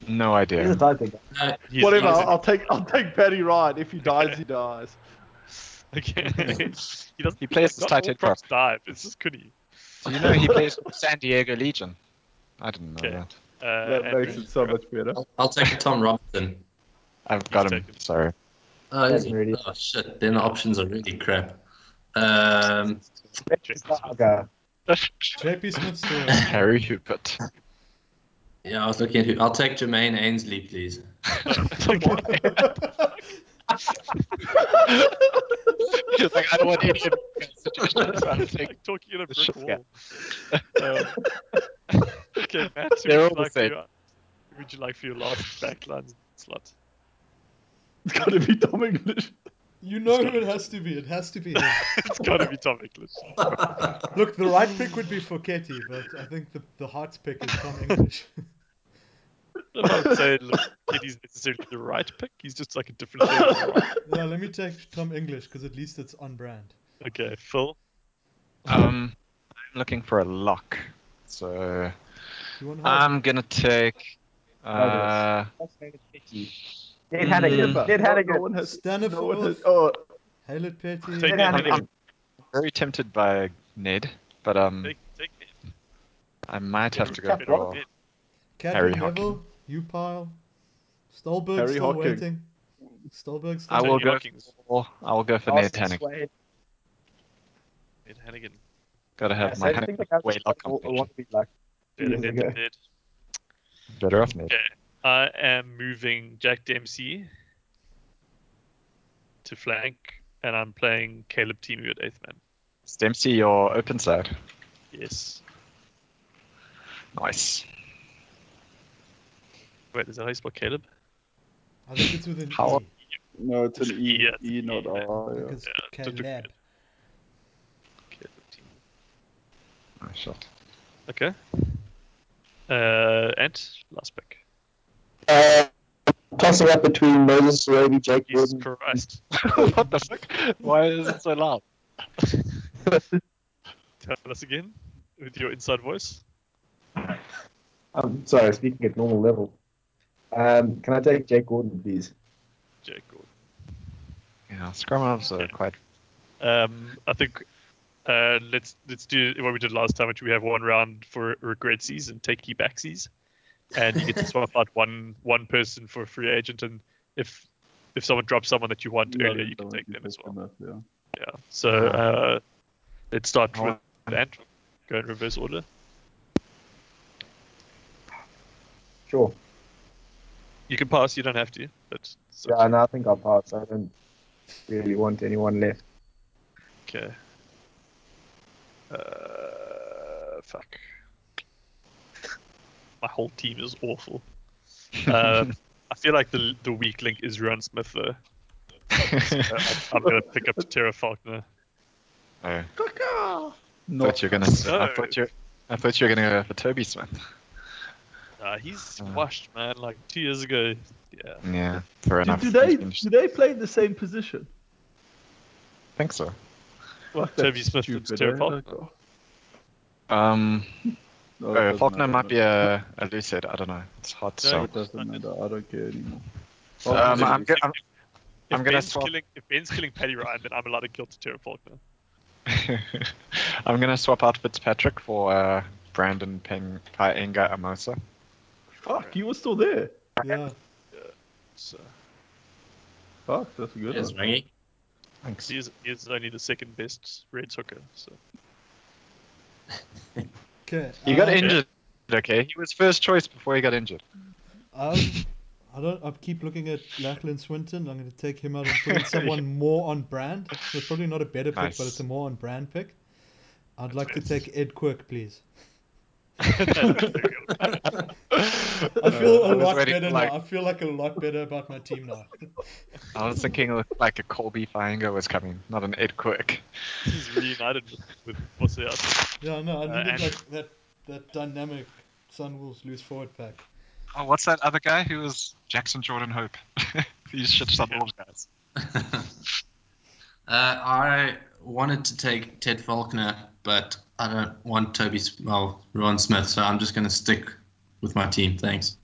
Speaker 5: No
Speaker 7: He's
Speaker 5: idea.
Speaker 7: a tight pickup.
Speaker 4: No,
Speaker 1: He's-
Speaker 2: Whatever.
Speaker 1: he's-
Speaker 2: I'll, I'll take. I'll take Paddy Ryan. If he dies, he dies.
Speaker 1: Okay. he doesn't.
Speaker 5: He plays as
Speaker 1: not
Speaker 5: tight
Speaker 1: all
Speaker 5: head
Speaker 1: props dive. It's just goody.
Speaker 5: Do you know he plays for San Diego Legion? I didn't know
Speaker 1: Okay.
Speaker 5: that.
Speaker 1: Uh,
Speaker 2: that
Speaker 1: Andrew,
Speaker 2: makes it so much better.
Speaker 4: I'll, I'll take Tom Robinson.
Speaker 5: I've got him.
Speaker 1: taken.
Speaker 5: Sorry.
Speaker 4: Oh, is
Speaker 7: That's
Speaker 4: he?
Speaker 7: really-
Speaker 4: oh shit. Then the options are really crap. Um,
Speaker 1: James Smith.
Speaker 7: Okay.
Speaker 3: JP Smith's doing.
Speaker 5: Harry Hubert.
Speaker 4: yeah, I was looking at who. I'll take Jermaine Ainsley, please.
Speaker 5: He's like, I don't want any suggestions. I'm
Speaker 1: It's like talking in a
Speaker 5: The
Speaker 1: brick
Speaker 5: shit,
Speaker 1: wall. Um, okay, Okay, Matt, who
Speaker 5: They're
Speaker 1: would, you
Speaker 5: all the
Speaker 1: like for
Speaker 5: same.
Speaker 1: your, who would you like for your last backline slot?
Speaker 2: It's got to be Tom English.
Speaker 3: You know who it has to be. It has to be him.
Speaker 1: it's got to be Tom English.
Speaker 3: Look, the right pick would be Fochetti, but I think the, the heart's pick is Tom English.
Speaker 1: I'm not saying look, Kitty's necessarily the right pick. He's just like a different thing. than the right.
Speaker 3: no, let me take Tom English because at least it's on brand.
Speaker 1: Okay, Phil.
Speaker 5: Um, I'm looking for a lock, so
Speaker 3: You want Hart?
Speaker 5: I'm gonna take. Uh,
Speaker 7: Ned had a good.
Speaker 5: Mm.
Speaker 7: Ned had a good.
Speaker 2: one has.
Speaker 3: Stand
Speaker 2: No one
Speaker 3: up
Speaker 2: has. Oh,
Speaker 5: Uh,
Speaker 3: Halet Petty.
Speaker 1: Take
Speaker 7: Yeah,
Speaker 5: I'm,
Speaker 1: Ned.
Speaker 7: Ned.
Speaker 5: I'm very tempted by Ned, but um,
Speaker 1: Take, take Ned.
Speaker 5: I might have to go
Speaker 1: Ned,
Speaker 5: for.
Speaker 1: Ned.
Speaker 5: Harry
Speaker 3: Cadman
Speaker 5: Hocking.
Speaker 3: Neville, you pile. Stolberg
Speaker 2: Harry
Speaker 3: still
Speaker 2: Hocking.
Speaker 3: waiting. Stolberg still
Speaker 5: I will
Speaker 1: Tony
Speaker 5: go.
Speaker 1: Hawkins.
Speaker 5: For, I will go for Ned Hannock.
Speaker 1: Ned Hannigan.
Speaker 5: Gotta have
Speaker 7: Yes,
Speaker 5: my
Speaker 7: I think the
Speaker 5: Hannock
Speaker 7: guys
Speaker 5: way lock
Speaker 7: will- will
Speaker 5: combination.
Speaker 7: want to be like
Speaker 1: Better
Speaker 7: Years
Speaker 1: Ned
Speaker 7: ago.
Speaker 1: than Ned.
Speaker 5: Better off Ned.
Speaker 1: I am moving Jack Dempsey to flank, and I'm playing Caleb Timu at eighth man.
Speaker 5: Is Dempsey your open side.
Speaker 1: Yes.
Speaker 5: Nice.
Speaker 1: Wait, is that how you spell Caleb?
Speaker 5: Uh,
Speaker 3: I think it's within
Speaker 5: How-
Speaker 3: E.
Speaker 2: no, it's an E,
Speaker 1: Yeah, it's
Speaker 2: E,
Speaker 1: an
Speaker 2: not
Speaker 1: E,
Speaker 2: R.
Speaker 3: I think
Speaker 2: yeah.
Speaker 3: it's
Speaker 1: Yeah, to- to-
Speaker 3: Caleb.
Speaker 1: Caleb Timu.
Speaker 5: Nice shot.
Speaker 1: Okay. Uh, Ant, last pick.
Speaker 8: Uh, tossing up between Moses Sarabi, Jake
Speaker 1: Jesus
Speaker 8: Gordon.
Speaker 1: Christ.
Speaker 5: what the fuck? Why is it so loud?
Speaker 1: Tell us again with your inside voice.
Speaker 7: um,
Speaker 8: I'm sorry, speaking at normal level. Um, can I take Jake Gordon, please?
Speaker 1: Jake Gordon.
Speaker 5: Yeah, scrum halves are quite.
Speaker 1: Um, I think uh, let's let's do what we did last time, which we have one round for regretsies and takey backsies, and you get to swap out one one person for a free agent, and if if someone drops someone that you want
Speaker 2: No,
Speaker 1: earlier,
Speaker 2: no,
Speaker 1: you can
Speaker 2: no,
Speaker 1: take
Speaker 2: you
Speaker 1: them as well.
Speaker 2: them up, yeah.
Speaker 1: Yeah. So uh, let's start
Speaker 5: Oh.
Speaker 1: with that. Go in reverse order.
Speaker 8: Sure.
Speaker 1: You can pass. You don't have to. But it's up
Speaker 8: Yeah, and I think I'll pass. I don't really want anyone left.
Speaker 1: to you. okay. Uh, fuck. My whole team is awful. Uh, I feel like the the weak link is Ruan Smith though. Uh, I'm gonna pick up Tara Faulkner.
Speaker 5: oh,
Speaker 2: Not
Speaker 5: thought you were gonna. I thought you. I thought you were gonna go for Toby Smith.
Speaker 1: Nah, he's
Speaker 5: Uh.
Speaker 1: washed, man. Like two years ago. Yeah.
Speaker 5: Yeah, fair
Speaker 2: do,
Speaker 5: enough.
Speaker 2: do they
Speaker 5: He's been-
Speaker 2: do they play the same position?
Speaker 5: I think so.
Speaker 2: Fuck,
Speaker 1: Toby
Speaker 2: that's
Speaker 1: Smith and
Speaker 2: stupid,
Speaker 1: Terry
Speaker 2: eh?
Speaker 1: Faulkner.
Speaker 2: Oh,
Speaker 5: Um,
Speaker 2: no, it
Speaker 5: oh,
Speaker 2: doesn't
Speaker 5: Faulkner
Speaker 2: matter.
Speaker 5: might be a, a loose head. I don't know. It's hard to
Speaker 1: No,
Speaker 5: tell.
Speaker 2: It doesn't matter. I don't care anymore.
Speaker 5: Um, I'm,
Speaker 1: If-
Speaker 5: go- I'm,
Speaker 1: if
Speaker 5: I'm gonna
Speaker 1: Ben's
Speaker 5: swap-
Speaker 1: killing if Ben's killing Paddy Ryan, then I'm allowed to kill Tara Faulkner.
Speaker 5: I'm gonna swap out Fitzpatrick for uh, Brandon Peng Paenga Amosa.
Speaker 2: Fuck, you were still there.
Speaker 3: Yeah.
Speaker 1: So
Speaker 2: Fuck, that's a good
Speaker 4: Yes,
Speaker 2: one.
Speaker 4: Rangy.
Speaker 5: Thanks.
Speaker 1: he's he's only the second best Reds hooker. So
Speaker 3: Okay.
Speaker 5: He got
Speaker 3: um,
Speaker 5: injured. Okay, he was first choice before he got injured.
Speaker 3: Um, I don't. I keep looking at Lachlan Swinton. I'm going to take him out and put in someone more on brand. So it's probably not a better pick,
Speaker 5: Nice.
Speaker 3: but it's a more on brand pick. I'd like to
Speaker 1: That's
Speaker 3: take Ed Quirk, please. I
Speaker 5: Uh, I
Speaker 3: feel a
Speaker 5: was
Speaker 3: lot
Speaker 5: waiting,
Speaker 3: better
Speaker 5: like-
Speaker 3: now. I feel like a lot better about my team now.
Speaker 5: I was thinking look, like a Colby Fienga was coming, not an Ed Quick.
Speaker 1: he's reunited with, with what's the other?
Speaker 3: Yeah, no, I
Speaker 1: Uh,
Speaker 3: needed
Speaker 1: and-
Speaker 3: like that that dynamic Sun Wolves loose forward pack.
Speaker 5: Oh, what's that other guy who was Jackson Jordan Hope? These shit sub wolves guys.
Speaker 4: uh, I wanted to take Ted Faulkner, but I don't want Toby, S- well, Ron Smith, so I'm just going to stick with my team. Thanks.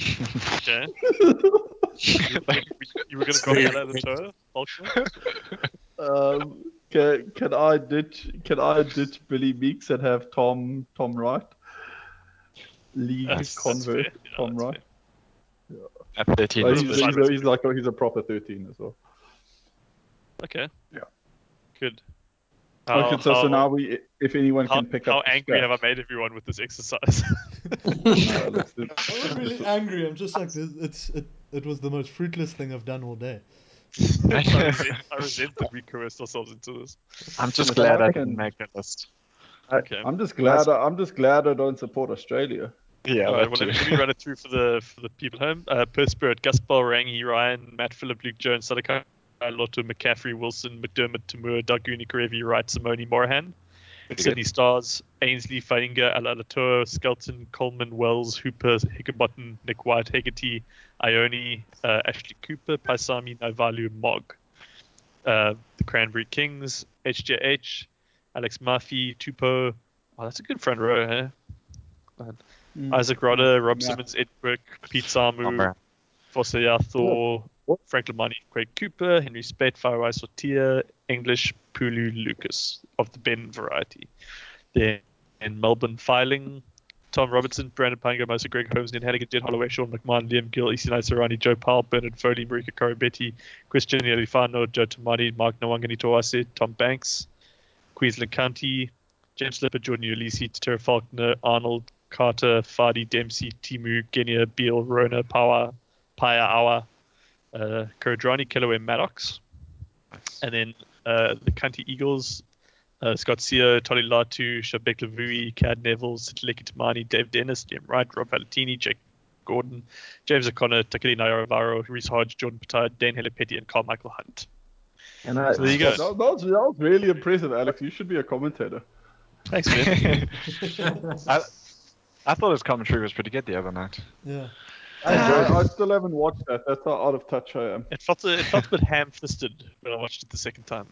Speaker 1: Okay. you, were- you were gonna go
Speaker 4: Yeah.
Speaker 1: Ella the Torah, Faulkner?
Speaker 2: Um, can, can I ditch can I ditch Billy Meeks and have Tom Tom Wright? League
Speaker 1: That's- that's
Speaker 2: convert
Speaker 1: fair. Yeah,
Speaker 2: Tom
Speaker 1: that's
Speaker 2: Wright.
Speaker 5: At 13.
Speaker 2: Oh,
Speaker 5: it's
Speaker 2: he's,
Speaker 5: the-
Speaker 1: fine.
Speaker 2: he's- he's like oh, he's a proper thirteen as well.
Speaker 1: Okay.
Speaker 2: Yeah.
Speaker 1: Good.
Speaker 2: okay, so, so now we if anyone
Speaker 1: how,
Speaker 2: can pick
Speaker 1: how
Speaker 2: up the
Speaker 1: angry have I
Speaker 2: scraps.
Speaker 1: made everyone with this exercise?
Speaker 2: Uh, let's do-
Speaker 3: I'm not really angry. I'm just like this, it's it, it was the most fruitless thing I've done all day.
Speaker 1: I resent, I resent that we coerced ourselves into this.
Speaker 5: I'm just
Speaker 2: South
Speaker 5: glad I
Speaker 2: African-
Speaker 5: didn't make that list.
Speaker 1: Okay.
Speaker 2: I'm just glad. I, am just glad I don't support Australia.
Speaker 5: Yeah,
Speaker 1: All
Speaker 5: that
Speaker 1: right, well, let, me,
Speaker 5: too.
Speaker 1: let me run it through for the for the people home. Uh, Perth Spirit, Gaspar, Rangi, Ryan, Matt, Philip, Luke, Jones, Sadaka, Lotto, McCaffrey, Wilson, McDermott, Tamura, Darguni, Karevi, Wright, Simone, Morahan,
Speaker 5: Pretty
Speaker 1: Sydney Stars, Ainsley, Feininger, Alalatoa, Skelton, Coleman, Wells, Hooper, Hickerbottom, Nick White, Hegarty, Ione, uh, Ashley Cooper, Paisami, Naivalu, Mog. Uh, the Cranberry Kings, HJH, Alex Murphy, Tupo. Oh, that's a good front row, huh? Isaac Rodder, Rob
Speaker 9: Yeah.
Speaker 1: Simmons, Ed Burke, Pete
Speaker 5: Oh,
Speaker 1: Samu,
Speaker 5: man.
Speaker 1: Fossea Thor, Frank Lamani, Craig Cooper, Henry Spate, Firewise Sotia, English, Pulu Lucas of the Ben variety. Then in Melbourne Filing, Tom Robertson, Brandon Pango, Mosa, Greg Holmes, Ned Hannigan, Jed Holloway, Sean McMahon, Liam Gill, Isi Sarani, Joe Powell, Bernard Foley, Marika Korobetti, Christian Elifano, Joe Tamani, Mark Nwangani Tawase, Tom Banks, Queensland County, James Lipper, Jordan Ulysses, Tara Faulkner, Arnold, Carter, Fadi, Dempsey, Timu, Genia, Beal, Rona, Power, Paya Awa, uh, Kurodrani, Kellaway, Maddox. And then uh, the County Eagles, uh, Scott Seo, Tolly Latu, Shabek Lavui, Cad Neville, Sitleki Tamani, Dave Dennis, Jim Wright, Rob Valentini, Jake Gordon, James O'Connor, Takili Nayaravaro, Reese Hodge, Jordan Patard, Dan Helipetti, and Carl Michael Hunt.
Speaker 6: And I,
Speaker 1: So there you
Speaker 2: That,
Speaker 1: go.
Speaker 2: that was, that was really impressive, Alex. You should be a commentator.
Speaker 1: Thanks, man.
Speaker 5: I, I thought his commentary was pretty good the other night.
Speaker 3: yeah.
Speaker 2: I, I, I still haven't watched that. That's how out of touch I am.
Speaker 1: It felt, a, it felt a bit ham fisted when I watched it the second time.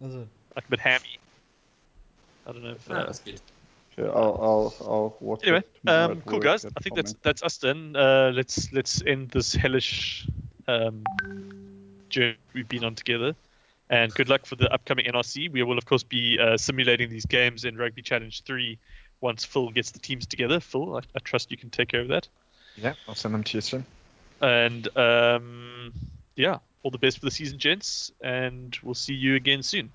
Speaker 3: That's it.
Speaker 1: Like a bit hammy. I don't know if.
Speaker 4: Oh,
Speaker 1: Uh,
Speaker 4: that's good.
Speaker 2: Okay, I'll, I'll, I'll watch
Speaker 1: anyway,
Speaker 2: it tomorrow
Speaker 1: um,
Speaker 2: at
Speaker 1: cool
Speaker 2: work
Speaker 1: guys.
Speaker 2: and
Speaker 1: I think that's
Speaker 2: comment.
Speaker 1: that's us then. Uh, let's let's end this hellish um, journey we've been on together. And good luck for the upcoming NRC. We will of course be uh, simulating these games in Rugby Challenge Three once Phil gets the teams together. Phil, I, I trust you can take care of that.
Speaker 5: Yeah, I'll send them to you soon.
Speaker 1: And um, yeah, all the best for the season, gents. And we'll see you again soon.